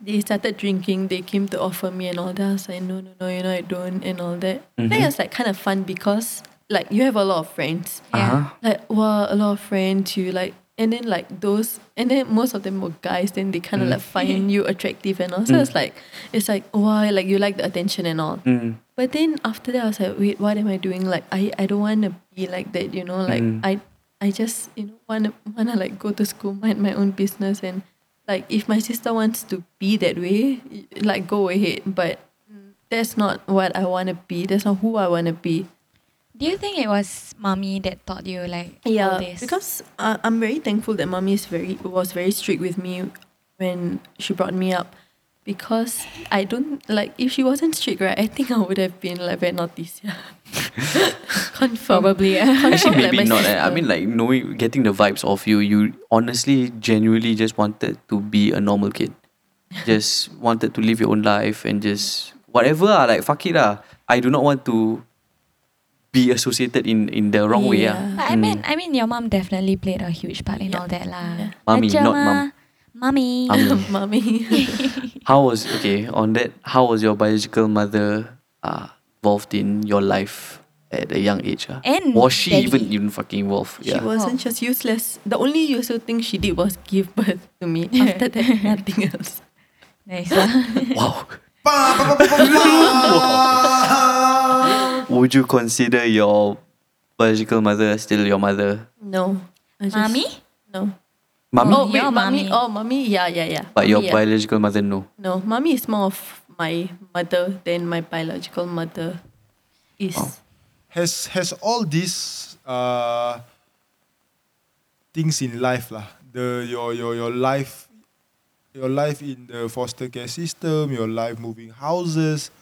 they started drinking. They came to offer me and all that. I was like, no no no, you know I don't and all that. Then it was like kind of fun because like you have a lot of friends.
Yeah.
Like wow, a lot of friends. You like. And then like those, and then most of them were guys. Then they
Mm.
kind of like find you attractive and all. So it's like, it's like wow, like you like the attention and all.
Mm.
But then after that, I was like, wait, what am I doing? Like, I, I don't want to be like that, you know. Like,
Mm.
I I just you know wanna wanna like go to school, mind my own business, and like if my sister wants to be that way, y- like go ahead. But mm, that's not what I want to be. That's not who I want to be.
Do you think it was mommy that taught you like all this?
because I, I'm very thankful that mommy is very was very strict with me when she brought me up. Because I don't like if she wasn't strict, right? I think I would have been like very naughty. sia. Confirm.
probably yeah.
Actually,
Confirm, like,
maybe
my
not. eh. I
sister.
mean, like knowing, getting the vibes of you, you honestly, genuinely just wanted to be a normal kid. Just wanted to live your own life and just whatever. ah, Like fuck it lah. I do not want to be associated in in the wrong way. ah.
But I mean, I mean, your mom definitely played a huge part in all that lah.
Yeah.
Mommy,
Ajar
not
mah.
mum.
Mommy.
Mommy.
mommy.
How was okay on that? How was your biological mother uh, involved in your life at a young age? ah?
And
was she
daddy.
even even fucking involved?
She wasn't just useless. The only useful thing she did was give birth to me. After that, nothing else.
Nice lah.
Wow. Would you consider your biological mother still your mother?
No. I just-
mommy.
No.
Mommy?
Oh, wait,
Your
mommy.
mommy.
Oh, mommy. Yeah, yeah, yeah.
but your
Mommy, yeah.
biological mother, no.
No, mommy is more of my mother than my biological mother is.
has has all these uh, things in life lah. The your your your life, your life in the foster care system, your life moving houses,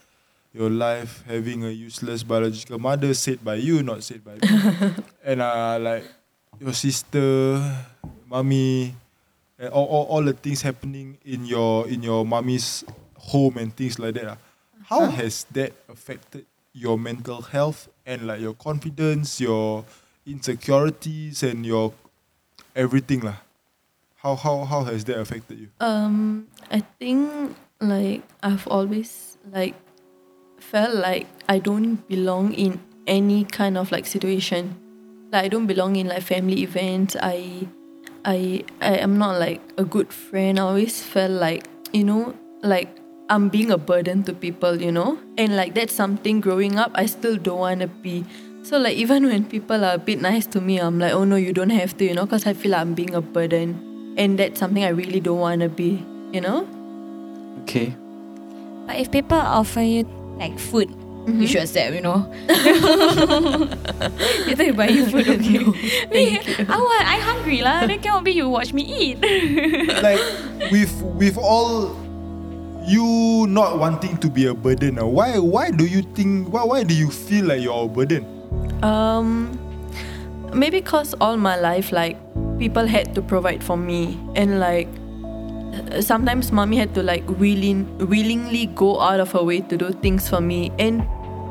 your life having a useless biological mother said by you, not said by me, and uh, like your sister, mommy, and Eh, all, all, all the things happening in your in your mommy's home and things like that. ah. How has that affected your mental health and like your confidence, your insecurities and your everything lah? How how how has that affected you?
Um, I think like I've always like felt like I don't belong in any kind of like situation. Like I don't belong in like family events. I, I, I am not like a good friend. I always felt like you know like I'm being a burden to people. You know, and like that's something growing up I still don't wanna be. So like even when people are a bit nice to me, I'm like, oh no, you don't have to, you know, because I feel like I'm being a burden, and that's something I really don't wanna be, you know.
Okay.
But if people offer you like food, you should accept, you know. Later you buy you food, okay? Me, I want, I hungry lah. Then cannot be you watch me eat.
like with with all you not wanting to be a burden. uh, Why why do you think why why do you feel like you're a burden?
Um, maybe cause all my life, like people had to provide for me, and like uh, sometimes mommy had to like willing willingly go out of her way to do things for me, and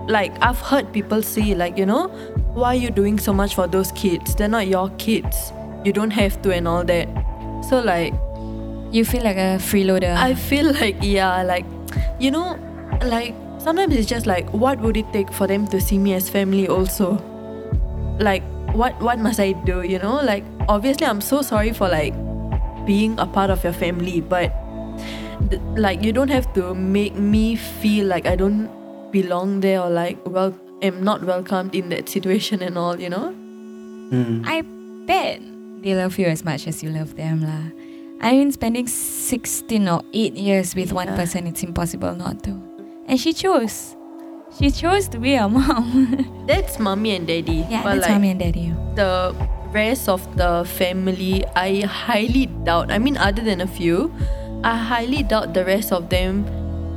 like I've heard people say like you know why are you doing so much for those kids? They're not your kids. You don't have to and all that. So like
you feel like a freeloader.
I feel like yeah, like you know, like sometimes it's just like what would it take for them to see me as family also? Like what what must I do, you know? Like obviously I'm so sorry for like being a part of your family, but th- like you don't have to make me feel like I don't belong there or like well am not welcomed in that situation and all, you know?
I bet they love you as much as you love them lah. I mean, spending 16 or 8 years with one
Yeah.
person, it's impossible not to. And she chose. She chose to be a mom.
That's mommy and daddy.
yeah,
but,
that's
like,
mommy and daddy.
the rest of the family, I highly doubt. I mean, other than a few, I highly doubt the rest of them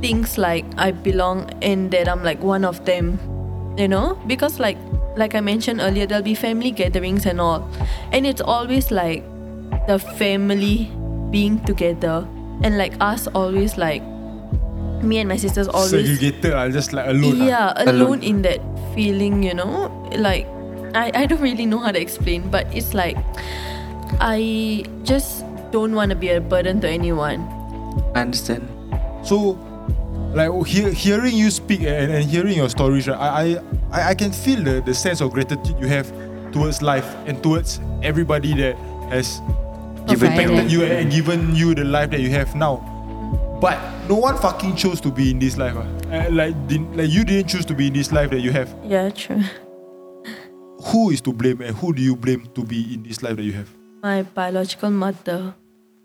thinks like I belong and that I'm like one of them. You know, because like like I mentioned earlier, there'll be family gatherings and all, and it's always like the family being together and like us always like me and my sisters always
Segregated, uh, just like alone. uh.
yeah,
Alone.
alone in that feeling, you know? Like, I, I don't really know how to explain, but it's like, I just don't want to be a burden to anyone.
I understand.
So, like oh, hear, hearing you speak and, and hearing your stories, right? I, I I- I can feel the, the sense of gratitude you have towards life and towards everybody that has
Given you.
Provided.
impacted you and given you the life that you have now. But no one fucking chose to be in this life. ah. Uh, like, didn't, like you didn't choose to be in this life that you have.
Yeah, true.
Who is to blame and who do you blame to be in this life that you have?
My biological mother,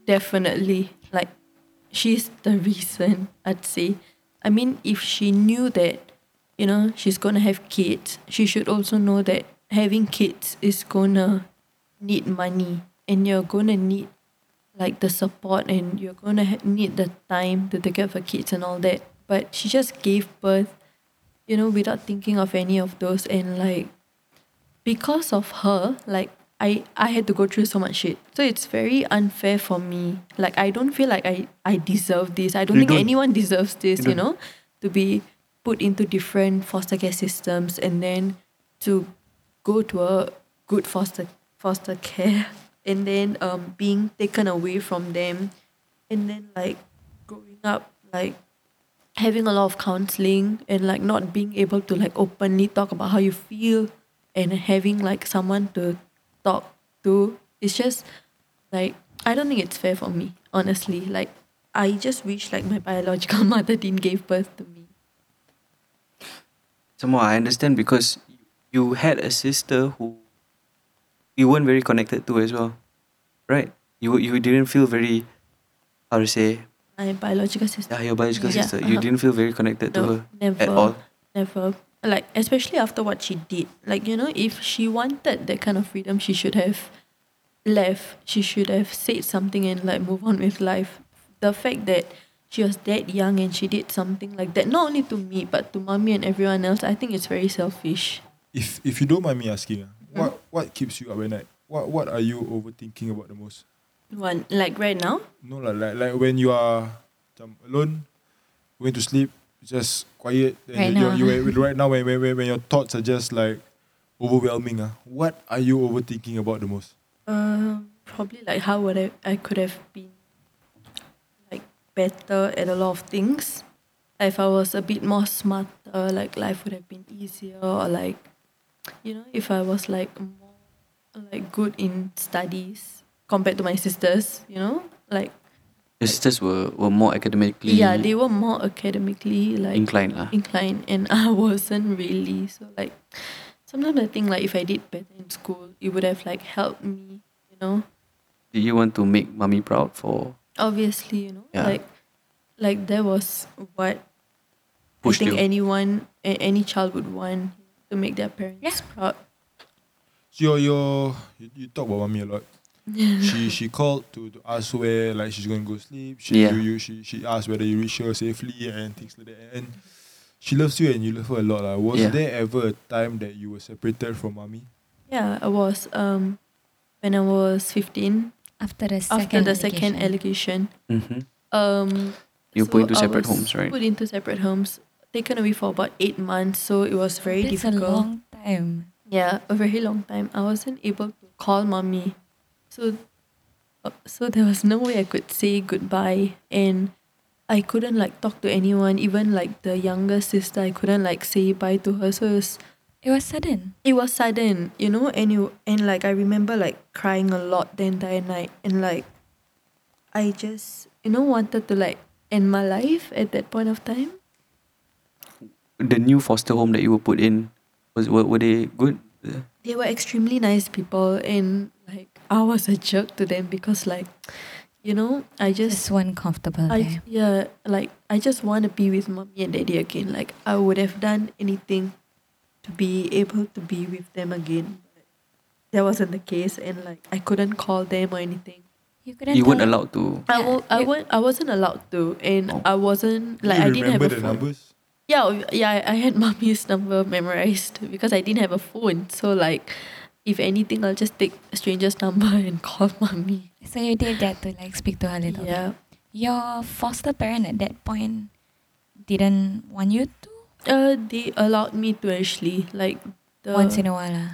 definitely. Like, she's the reason, I'd say. I mean, if she knew that, you know, she's gonna have kids, she should also know that having kids is gonna need money and you're gonna need like the support and you're gonna ha- need the time to take care of her kids and all that. But she just gave birth, you know, without thinking of any of those and like because of her, like I I had to go through so much shit. So it's very unfair for me. Like I don't feel like I I deserve this. I don't
You
think
don't.
anyone deserves this,
You
you,
don't.
know, to be put into different foster care systems and then to go to a good foster foster care and then um being taken away from them and then like growing up like having a lot of counseling and like not being able to like openly talk about how you feel and having like someone to talk to it's just like i don't think it's fair for me honestly like i just wish like my biological mother didn't give birth to me
Some more, I understand because you had a sister who you weren't very connected to as well, right? You you didn't feel very how to say
my biological sister
yeah, your biological
Yeah,
sister. You
uh-huh.
didn't feel very connected to her
never,
at all.
Never. Like, especially after what she did. Like, you know, if she wanted that kind of freedom, she should have left. She should have said something and, like, move on with life. The fact that she was that young and she did something like that, not only to me, but to mommy and everyone else, I think it's very selfish.
If if you don't mind me asking, ah, what what keeps you up at night? What what are you overthinking about the most?
One, like, right now,
No lah, like like when you are macam alone, going to sleep, just quiet. And
Right
you,
now.
You, you, right now, when, when, when when your thoughts are just like overwhelming, ah, what are you overthinking about the most?
Um, probably like how would I, I could have been like better at a lot of things. If I was a bit more smarter, like life would have been easier or like you know, if I was like more like good in studies compared to my sisters, you know? Like
Your sisters were, were more academically
yeah, they were more academically like
inclined lah.
inclined and I wasn't really. So like sometimes I think like if I did better in school, it would have like helped me, you know,
Did you want to make mommy proud for
obviously you know
Yeah.
like like that was what
Pushed
i think
you.
anyone a- any child would want to make their parents
Yeah.
proud.
So you're, you're, you you talk about mommy a lot. she she called to, to ask where like she's gonna go sleep. She
Yeah.
you, you she she asked whether you reach her safely and things like that. And she loves you and you love her a lot. lah. Was
Yeah.
there ever a time that you were separated from mommy?
Yeah, I was um when I was fifteen
After the second
after the second allegation.
Mm-hmm.
Um,
You were put into
I
separate
was
homes, right?
Put into separate homes, taken away for about eight months, so it was very
That's a
difficult.
long time.
yeah, a very long time. I wasn't able to call mommy, so uh, so there was no way I could say goodbye, and I couldn't like talk to anyone, even like the younger sister. I couldn't like say bye to her, so it was
It was sudden.
it was sudden, you know, and you and like I remember like crying a lot the entire night and like I just you know wanted to like end my life at that point of time.
The new foster home that you were put in was were, were they good? Yeah.
They were extremely nice people and like I was a jerk to them because like you know, I
Just
just
one comfortable
I
there.
yeah, like I just wanna be with mommy and daddy again. Like I would have done anything to be able to be with them again. But that wasn't the case and like I couldn't call them or anything.
You couldn't.
You weren't
tell-
allowed to.
Yeah,
I will, I,
you-
won't, I wasn't allowed to, and
Oh.
I wasn't
Do
like
you
I didn't have
remember the
a phone.
numbers.
Yeah, oh, yeah, I- I had mommy's number memorized because I didn't have a phone. So like, if anything, I'll just take a stranger's number and call mommy.
So you did get to like speak to her a little bit.
Yeah.
Your foster parent at that point didn't want you to.
Uh, they allowed me to actually like the,
Once in a while, lah.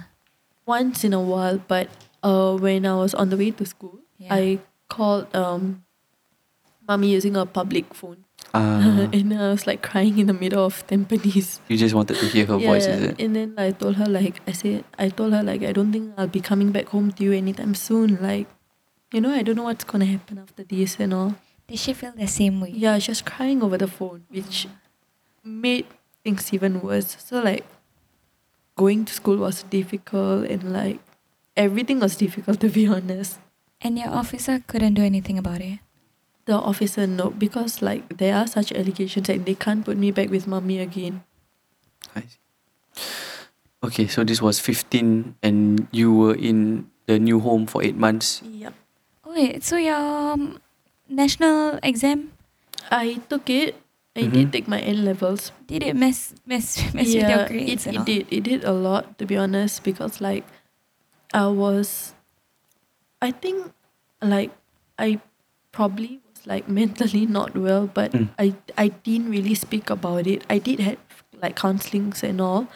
once in a while, but uh, when I was on the way to school,
Yeah.
I called um, mommy using a public phone,
Ah,
Uh-huh.
and I was like crying in the middle of Tampines.
you just wanted to hear her voice, is it?
And then I told her like I said I told her like I don't think I'll be coming back home to you anytime soon. Like, you know, I don't know what's gonna happen after this and all.
Did she feel the same way?
Yeah, she was crying over the phone, which made things even worse. So like going to school was difficult and like everything was difficult to be honest.
And your officer couldn't do anything about it.
The officer no because like there are such allegations and they can't put me back with mommy again.
I see. Okay, so this was 15 and you were in the new home for 8 months.
Yeah.
Oh wait, so your um, national exam
I took it. I
Mhm.
did take my N levels,
did it mess mess mess with your grades and
it, it
all?
did. It did a lot, to be honest, because like I was, I think, like I probably was like mentally not well, but
Mm.
I I didn't really speak about it. I did have like counselings and all,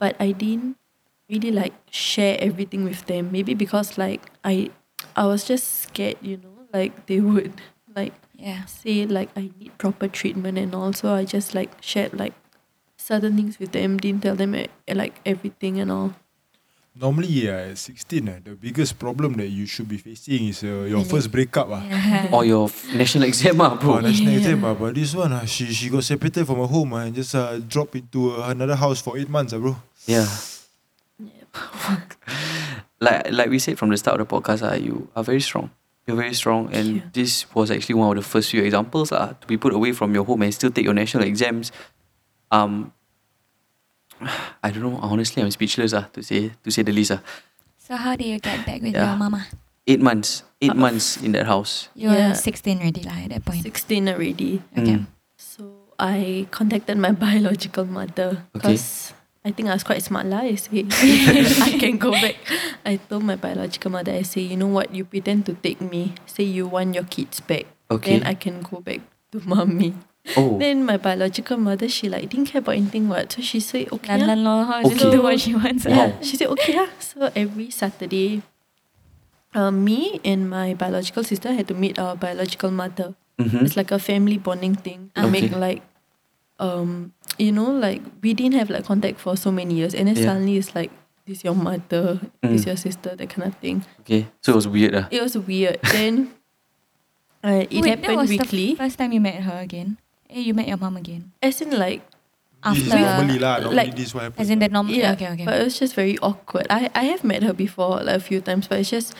but I didn't really like share everything with them. Maybe because like I I was just scared, you know, like they would like
Yeah.
say like I need proper treatment and also I just like shared like certain things with them, didn't tell them eh, like everything and all.
Normally, yeah, at 16, ah, the biggest problem that you should be facing is uh, your first breakup. ah.
Yeah.
Or your f- national exam,
Oh,
ah, bro.
that's
Yeah.
negative, ah, but this one, ah, she she got separated from her home ah, and just uh, dropped into uh, another house for eight months, ah, bro.
Yeah. like like we said from the start of the podcast, uh, you are very strong. You're very strong, and
Yeah.
this was actually one of the first few examples uh, to be put away from your home and still take your national exams. Um, I don't know. Honestly, I'm speechless. Uh, to say to say the least. Uh.
So how do you get back with
Yeah.
your mama?
eight months, eight
Uh,
months in that house.
You're
Yeah.
16 already lah at that point.
Sixteen already.
Okay.
Mm.
So I contacted my biological mother
Okay.
because I think I was quite smart lah. I say if I can go back. I told my biological mother, I say, you know what, you pretend to take me. Say you want your kids back.
Okay.
Then I can go back to mommy.
oh,
Then my biological mother, she like didn't care about anything what. So she said, okay.
Lan
ah."
lan lor, how just
Okay.
do what she wants.
Wow.
lah.
She said, okay, yeah. So every Saturday, uh, me and my biological sister had to meet our biological mother.
Mhm.
It's like a family bonding thing to
Okay.
make like, um, you know, like we didn't have like contact for so many years, and then
Yeah.
suddenly it's like this your mother, this
Mm.
your sister, that kind of thing.
okay. So it was weird. Uh.
It was weird. then, uh, it
Wait, that
happened
was
weekly.
the first time you met her again. Eh, you met your mom again.
as in like
This is
After-
normally lah, normally
like-
this what happens.
As in the normal.
Yeah, Oh,
Okay, okay.
But it was just very awkward. I, I have met her before like, a few times, but it's just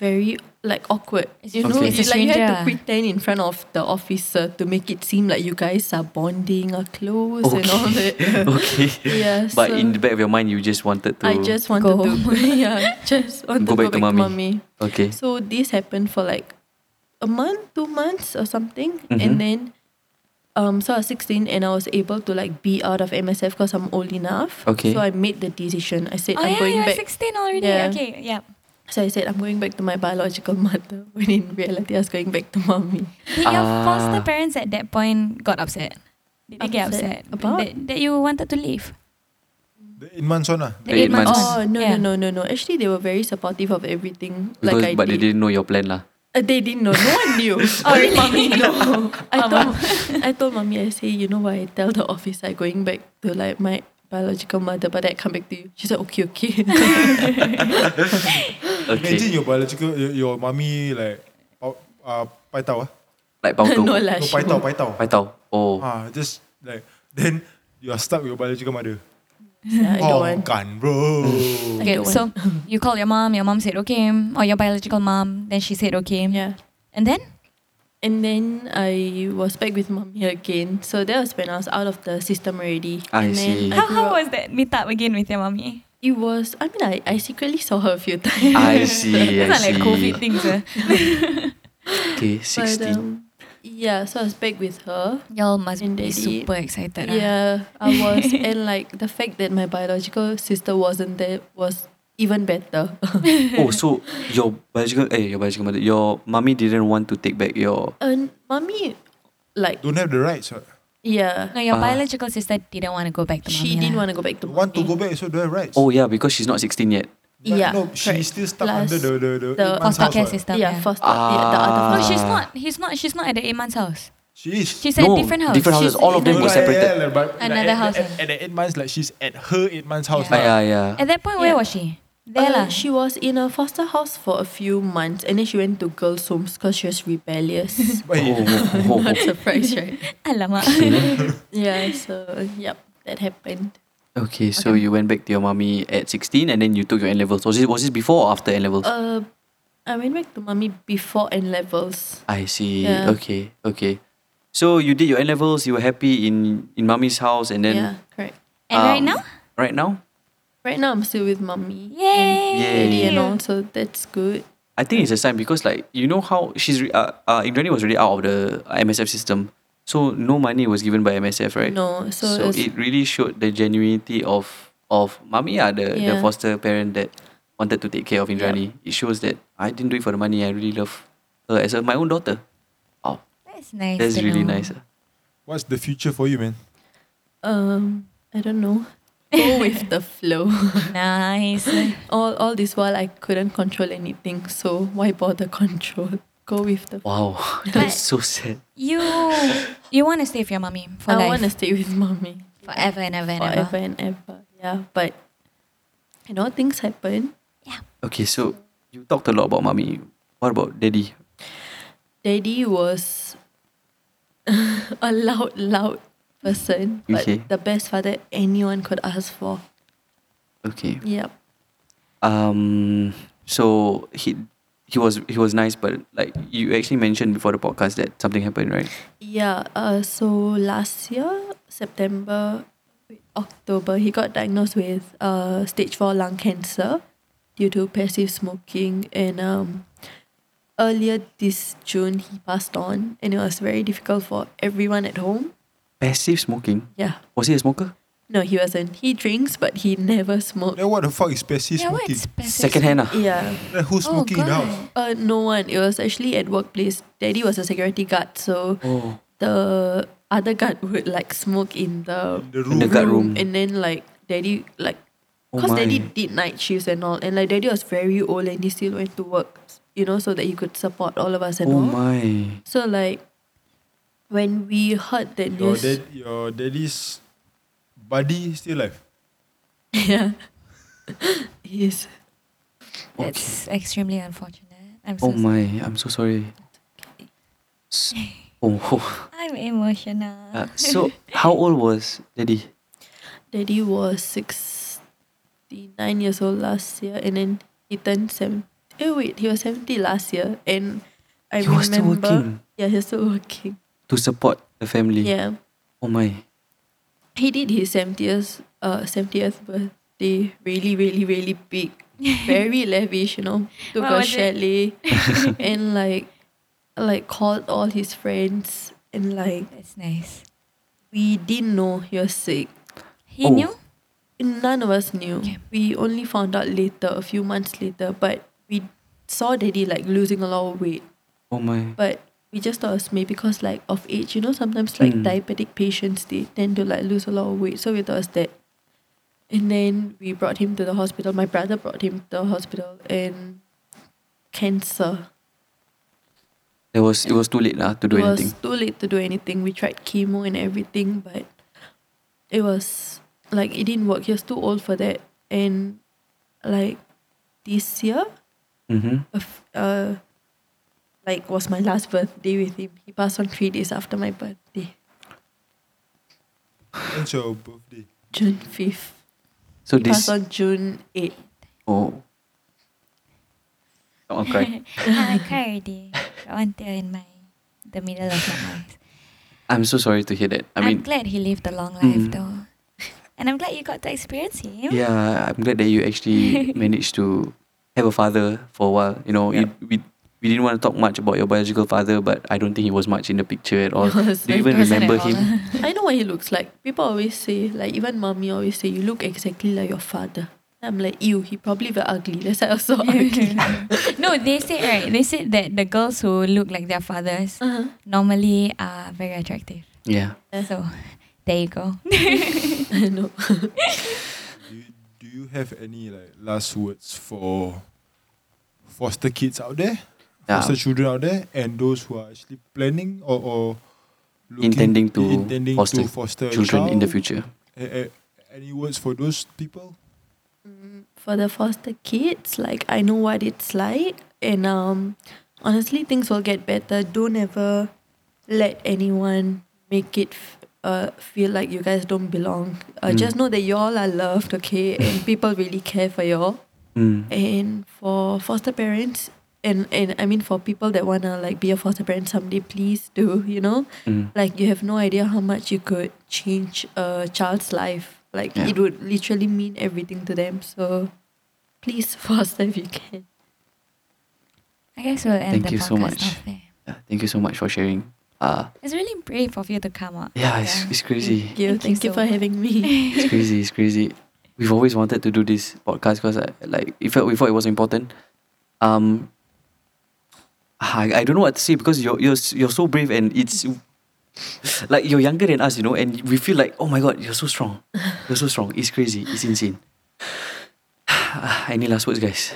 very like awkward. You
Okay.
know,
It's
a
you, like you had
stranger.
to pretend in front of the officer to make it seem like you guys are bonding or close and all
Okay.
that.
okay.
Yeah,
But
so-
in the back of your mind, you just wanted to.
I just wanted
Go home.
to yeah, just wanted
Go
to
back to mommy.
mommy.
Okay.
So this happened for like a month, two months or something,
Mhm.
and then um, so I was sixteen and I was able to like be out of MSF because I'm old enough.
Okay.
So I made the decision. I said
Oh yeah,
I'm going
you're
back.
16 already.
Yeah.
Okay, yeah.
So I said I'm going back to my biological mother. When in reality, I was going back to mommy.
Did your
Ah.
foster parents at that point got upset? Did they get upset
Upset about?
that, that you wanted to leave?
The eight months one, ah.
The
Eight
eight, months.
months.
Oh no
Yeah.
no no no no! Actually, they were very supportive of everything.
Because,
like I
but
did.
they didn't know your plan lah.
Uh, they didn't know. No one knew.
Oh, really?
Mommy, no.
Oh,
I told, I told mommy, I say, you know what? I tell the office i going back to like my biological mother, but I come back to you. She said, okay, okay.
Imagine
Okay.
your biological, your, your mommy like, uh, uh, pai tau, ah.
like Pau Tau.
no lah.
No,
she
pai tau,
won't.
pai tau.
Pai Tau. Oh.
Ah, just like, then you are stuck with your biological mother.
Yeah, I
oh,
don't want.
kan, bro.
I
Okay,
don't
so you called your mom. Your mom said okay, or your biological mom. Then she said okay.
Yeah.
And then
And then I was back with mommy again. So that was when I was out of the system already.
I
and
see.
Then I
how,
grew
how
up-
was that meet up again with your mommy?
It was, I mean, I, I secretly saw her a few times.
I see.
It's
I
not like
see.
COVID things. Uh.
Okay,
But,
16.
um, yeah, so I was back with her.
Y'all must
And
be
daddy.
super excited. ah.
Yeah, I was, and like the fact that my biological sister wasn't there was even better.
oh, so your biological, eh, your biological mother, your mommy didn't want to take back your.
and mommy, like,
Don't have the rights. ah.
yeah,
No, your
Ah.
biological sister didn't want to go back to mommy.
she didn't want to go back to.
Want to
mommy.
go back, so don't have rights.
Oh yeah, because she's not 16 yet.
But
yeah,
No, she's
correct.
still stuck
Plus
under the, the, the,
the
eight months
foster
house,
care
what?
system.
Yeah, first, yeah, the
Ah.
other
No,
first.
Oh, she's not. He's not. She's not at the Eman's house.
She is.
She's at
No,
different house.
different houses.
She's
All of
in
them
No,
were
a-
like,
separated.
yeah, like, but, like,
Another
at-
house,
At,
eh?
at the eight months, like she's at her eight months house.
Ah,
lah.
yeah, yeah.
At that point, where
Yeah.
was she? There
Uh,
lah.
she was in a foster house for a few months, and then she went to girls' homes because she was rebellious.
Wait,
Oh, oh, oh,
not
oh.
surprised, right?
Alamak.
Yeah. So yep, that happened.
oh. Okay, so you went back to your mommy at 16 and then you took your N levels. Was this, was this before or after N levels?
Uh, I went back to mommy before N levels.
I see.
yeah.
Okay, okay. So you did your N levels, you were happy in, in mommy's house and then
yeah, correct.
And right
um,
now,
right now?
Right now, I'm still with mommy.
yay!
Yay.
You know, so that's good.
I think it's a sign because like you know how she's re- uh, uh Indrani was already out of the MSF system, so no money was given by MSF, right?
No, so,
So,
it's,
it really showed the genuinity of of mommy, uh, the, the
Yeah.
foster parent that wanted to take care of Indrani. It shows that I didn't do it for the money. I really love her as a, my own daughter. Oh,
That's nice.
that's
to
really
know.
nice. ah.
What's the future for you, man?
um, I don't know. Go with the flow.
Nice.
all all this while I couldn't control anything, so why bother control? Go with the.
Wow,
But-
that's so sad.
You you want to stay with your mommy for
I
life
want to stay with mommy
forever and ever and
forever
ever.
and ever. Yeah, but you know things happen.
Okay, so you talked a lot about mommy. What about daddy?
Daddy was a loud, loud person, but
Okay.
the best father anyone could ask for.
Okay.
Yep.
Um. So he he was he was nice, but like you actually mentioned before the podcast that something happened, right?
Yeah, uh, so last year, September, wait, October, he got diagnosed with uh, stage 4 lung cancer due to passive smoking. And um, earlier this June, he passed on, and it was very difficult for everyone at home.
Passive smoking.
Yeah.
Was he a smoker?
No, he wasn't. He drinks, but he never smoked.
Then what the fuck is passive
Yeah,
smoking?
what's
Second hand. Ah.
Yeah.
Then who's
Oh,
smoking in the house?
God.
Uh, no one. It was actually at workplace. Daddy was a security guard, so
Oh.
the other guard would like smoke in the
In the
In
room.
the guard room.
and then like daddy like
Oh
because
my.
daddy did night shifts and all and like daddy was very old and he still went to work you know so that he could support all of us and
Oh
all
my.
so like when we heard that
Your,
news
dad, your daddy's buddy still alive.
yeah yes
That's extremely unfortunate. I'm so
Oh my. I'm so sorry. S- Oh.
sorry. I'm emotional.
Uh, so how old was daddy?
daddy was 69 years old last year and then he turned 70 eh wait, he was 70 last year and I
He
remember
was still working.
Yeah, he was still working.
to support the family.
Yeah.
Oh my.
He did his 70th uh 70th birthday really, really, really big. Very lavish, you know. Took
What
a
was it?
chalet and like like called all his friends and like
That's nice.
we didn't know he was sick.
He
Oh.
knew?
None of us knew.
Okay.
We only found out later, a few months later, but we saw daddy like losing a lot of weight.
Oh my.
But we just thought it was maybe because like of age, you know, sometimes like
Mm.
diabetic patients they tend to like lose a lot of weight. So we thought it was that. And then we brought him to the hospital. My brother brought him to the hospital and cancer.
It was it was too late lah to do
it
anything.
was too late to do anything. We tried chemo and everything, but it was like it didn't work. He was too old for that. And like this year,
Mm-hmm.
a f- uh, like was my last birthday with him. He passed on three days after my birthday,
It's your birthday.
June fifth.
So
he
this
passed on June eighth.
oh. Someone cried.
Ah, I cry already. Got one tear in my the middle of my eyes.
I'm so sorry to hear that. I
I am
mean,
glad he lived a long life
Mm.
though. And I'm glad you got to experience him.
yeah, I'm glad that you actually managed to have a father for a while. You know, it, we we didn't want to talk much about your biological father, but I don't think he was much in the picture at all.
He was-
Do you
he
even
wasn't
remember
at all.
him?
I know what he looks like. People always say, like even mommy always say, you look exactly like your father. I'm like, ew, he probably very ugly. That's why I was so ugly.
no, they said right. They said that the girls who look like their fathers
Uh-huh.
normally are very attractive.
Yeah.
So there you go.
I know.
Do you, do you have any like last words for foster kids out there,
Yeah.
foster children out there, and those who are actually planning or, or looking-
Intending to
intending
foster
to foster a
Children in the
child?
future.
A- a- any words for those people?
For the foster kids, like I know what it's like, and um, honestly, things will get better. Don't ever let anyone make it f- uh feel like you guys don't belong. Uh,
Mm.
Just know that y'all are loved, okay, and people really care for y'all.
Mm.
And for foster parents, and and I mean for people that wanna like be a foster parent someday, please do. You know,
Mm.
like you have no idea how much you could change a child's life like
Yeah.
it would literally mean everything to them so please foster if you can
I guess we'll end
Thank you
the podcast
so much.
off there.
Yeah, Thank you so much for sharing. Uh,
It's really brave of you to come up.
yeah, it's, it's crazy.
thank you
Thank you
thank, you
so
for
much.
having me
It's crazy. It's crazy. We've always wanted to do this podcast because, like, we felt we thought it was important. Um, I, I don't know what to say because you're you're s- you're so brave and it's like you're younger than us, you know, and we feel like oh my god, you're so strong, you're so strong. It's crazy. It's insane. Any last words, guys?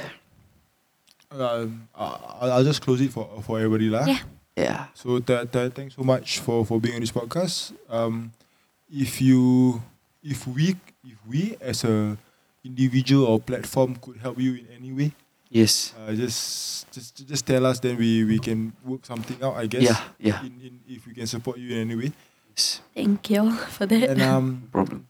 Um, I- I'll, I'll just close it for for everybody lah.
Yeah.
Yeah.
So th- th- thanks so much for, for being on this podcast. Um, if you if we if we as a individual or platform could help you in any way,
Yes.
uh, just just just tell us then we, we can work something out. I guess.
Yeah. Yeah.
In, in if we can support you in any way.
Yes.
thank you for that
And um,
Problem.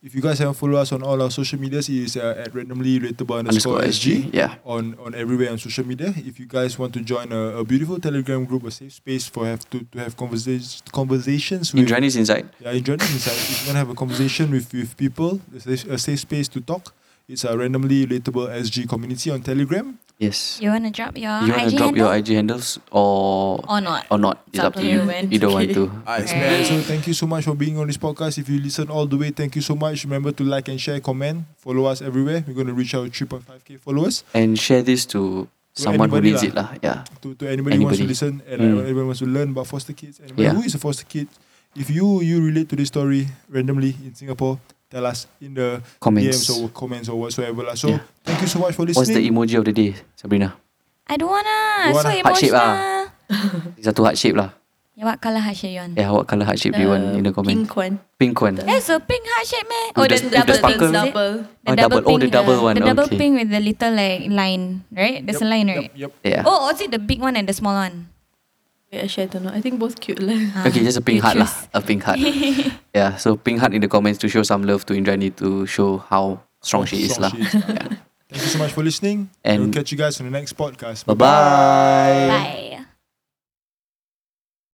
if you guys haven't followed us on all our social medias, it is uh, at randomly relatable
Underscore
underscore SG.
SG. Yeah.
on, on everywhere on social media. If you guys want to join a, a beautiful Telegram group, a safe space for have to, to have conversations conversations with
Indrani's inside.
yeah, Indrani is like, if you want to have a conversation with, with people, it's a, a safe space to talk. It's a randomly relatable SG community on Telegram.
Yes.
You wanna drop your
you want to
IG
drop your
handle?
IG handles or
or not?
or not? It's up to you.
man.
You don't want
Okay.
to.
Nice,
And
man.
so thank you so much for being on this podcast. If you listen all the way, thank you so much. Remember to like and share, comment, follow us everywhere. We're going to reach our 3.5k followers
And share this to someone who
anybody
needs
lah.
it lah. Yeah.
to, to anybody, who wants to
Anybody.
listen and
Mm.
everyone everyone wants to learn about foster kids. And
Yeah.
who is a foster kid? If you you relate to this story randomly in Singapore, tell us in the
Comments.
DMs or comments or whatsoever. lah. So
Yeah.
thank you so much for listening.
What's the emoji of the day, Sabrina?
I don't wanna.
Don't
so
wanna.
Heart shape,
emotional.
ah. Satu heart shape lah.
Yeah, what colour heart shape you want?
Yeah, what color heart shape do you want in the comment?
Uh, pink one
Pink, one.
the-
There's a pink heart shape, Oh, man.
With the- with the sparkle?
is it?
double
Oh, double- oh, the double one,
The double
okay.
pink with the little like line, right? There's
Yep,
a line,
yep,
right?
yep.
Yeah.
Oh, or is it the big one and the small one?
Wait, actually, I don't know I think both cute lah.
Ah,
Okay, just a pink
you
heart lah.
choose.
A pink heart. yeah. So pink heart in the comments to show some love to Indrani to show how strong she is lah.
Strong she is.
yeah.
Thank you so much for listening. we'll
And-
catch you guys in the next podcast.
Bye-bye.
Bye.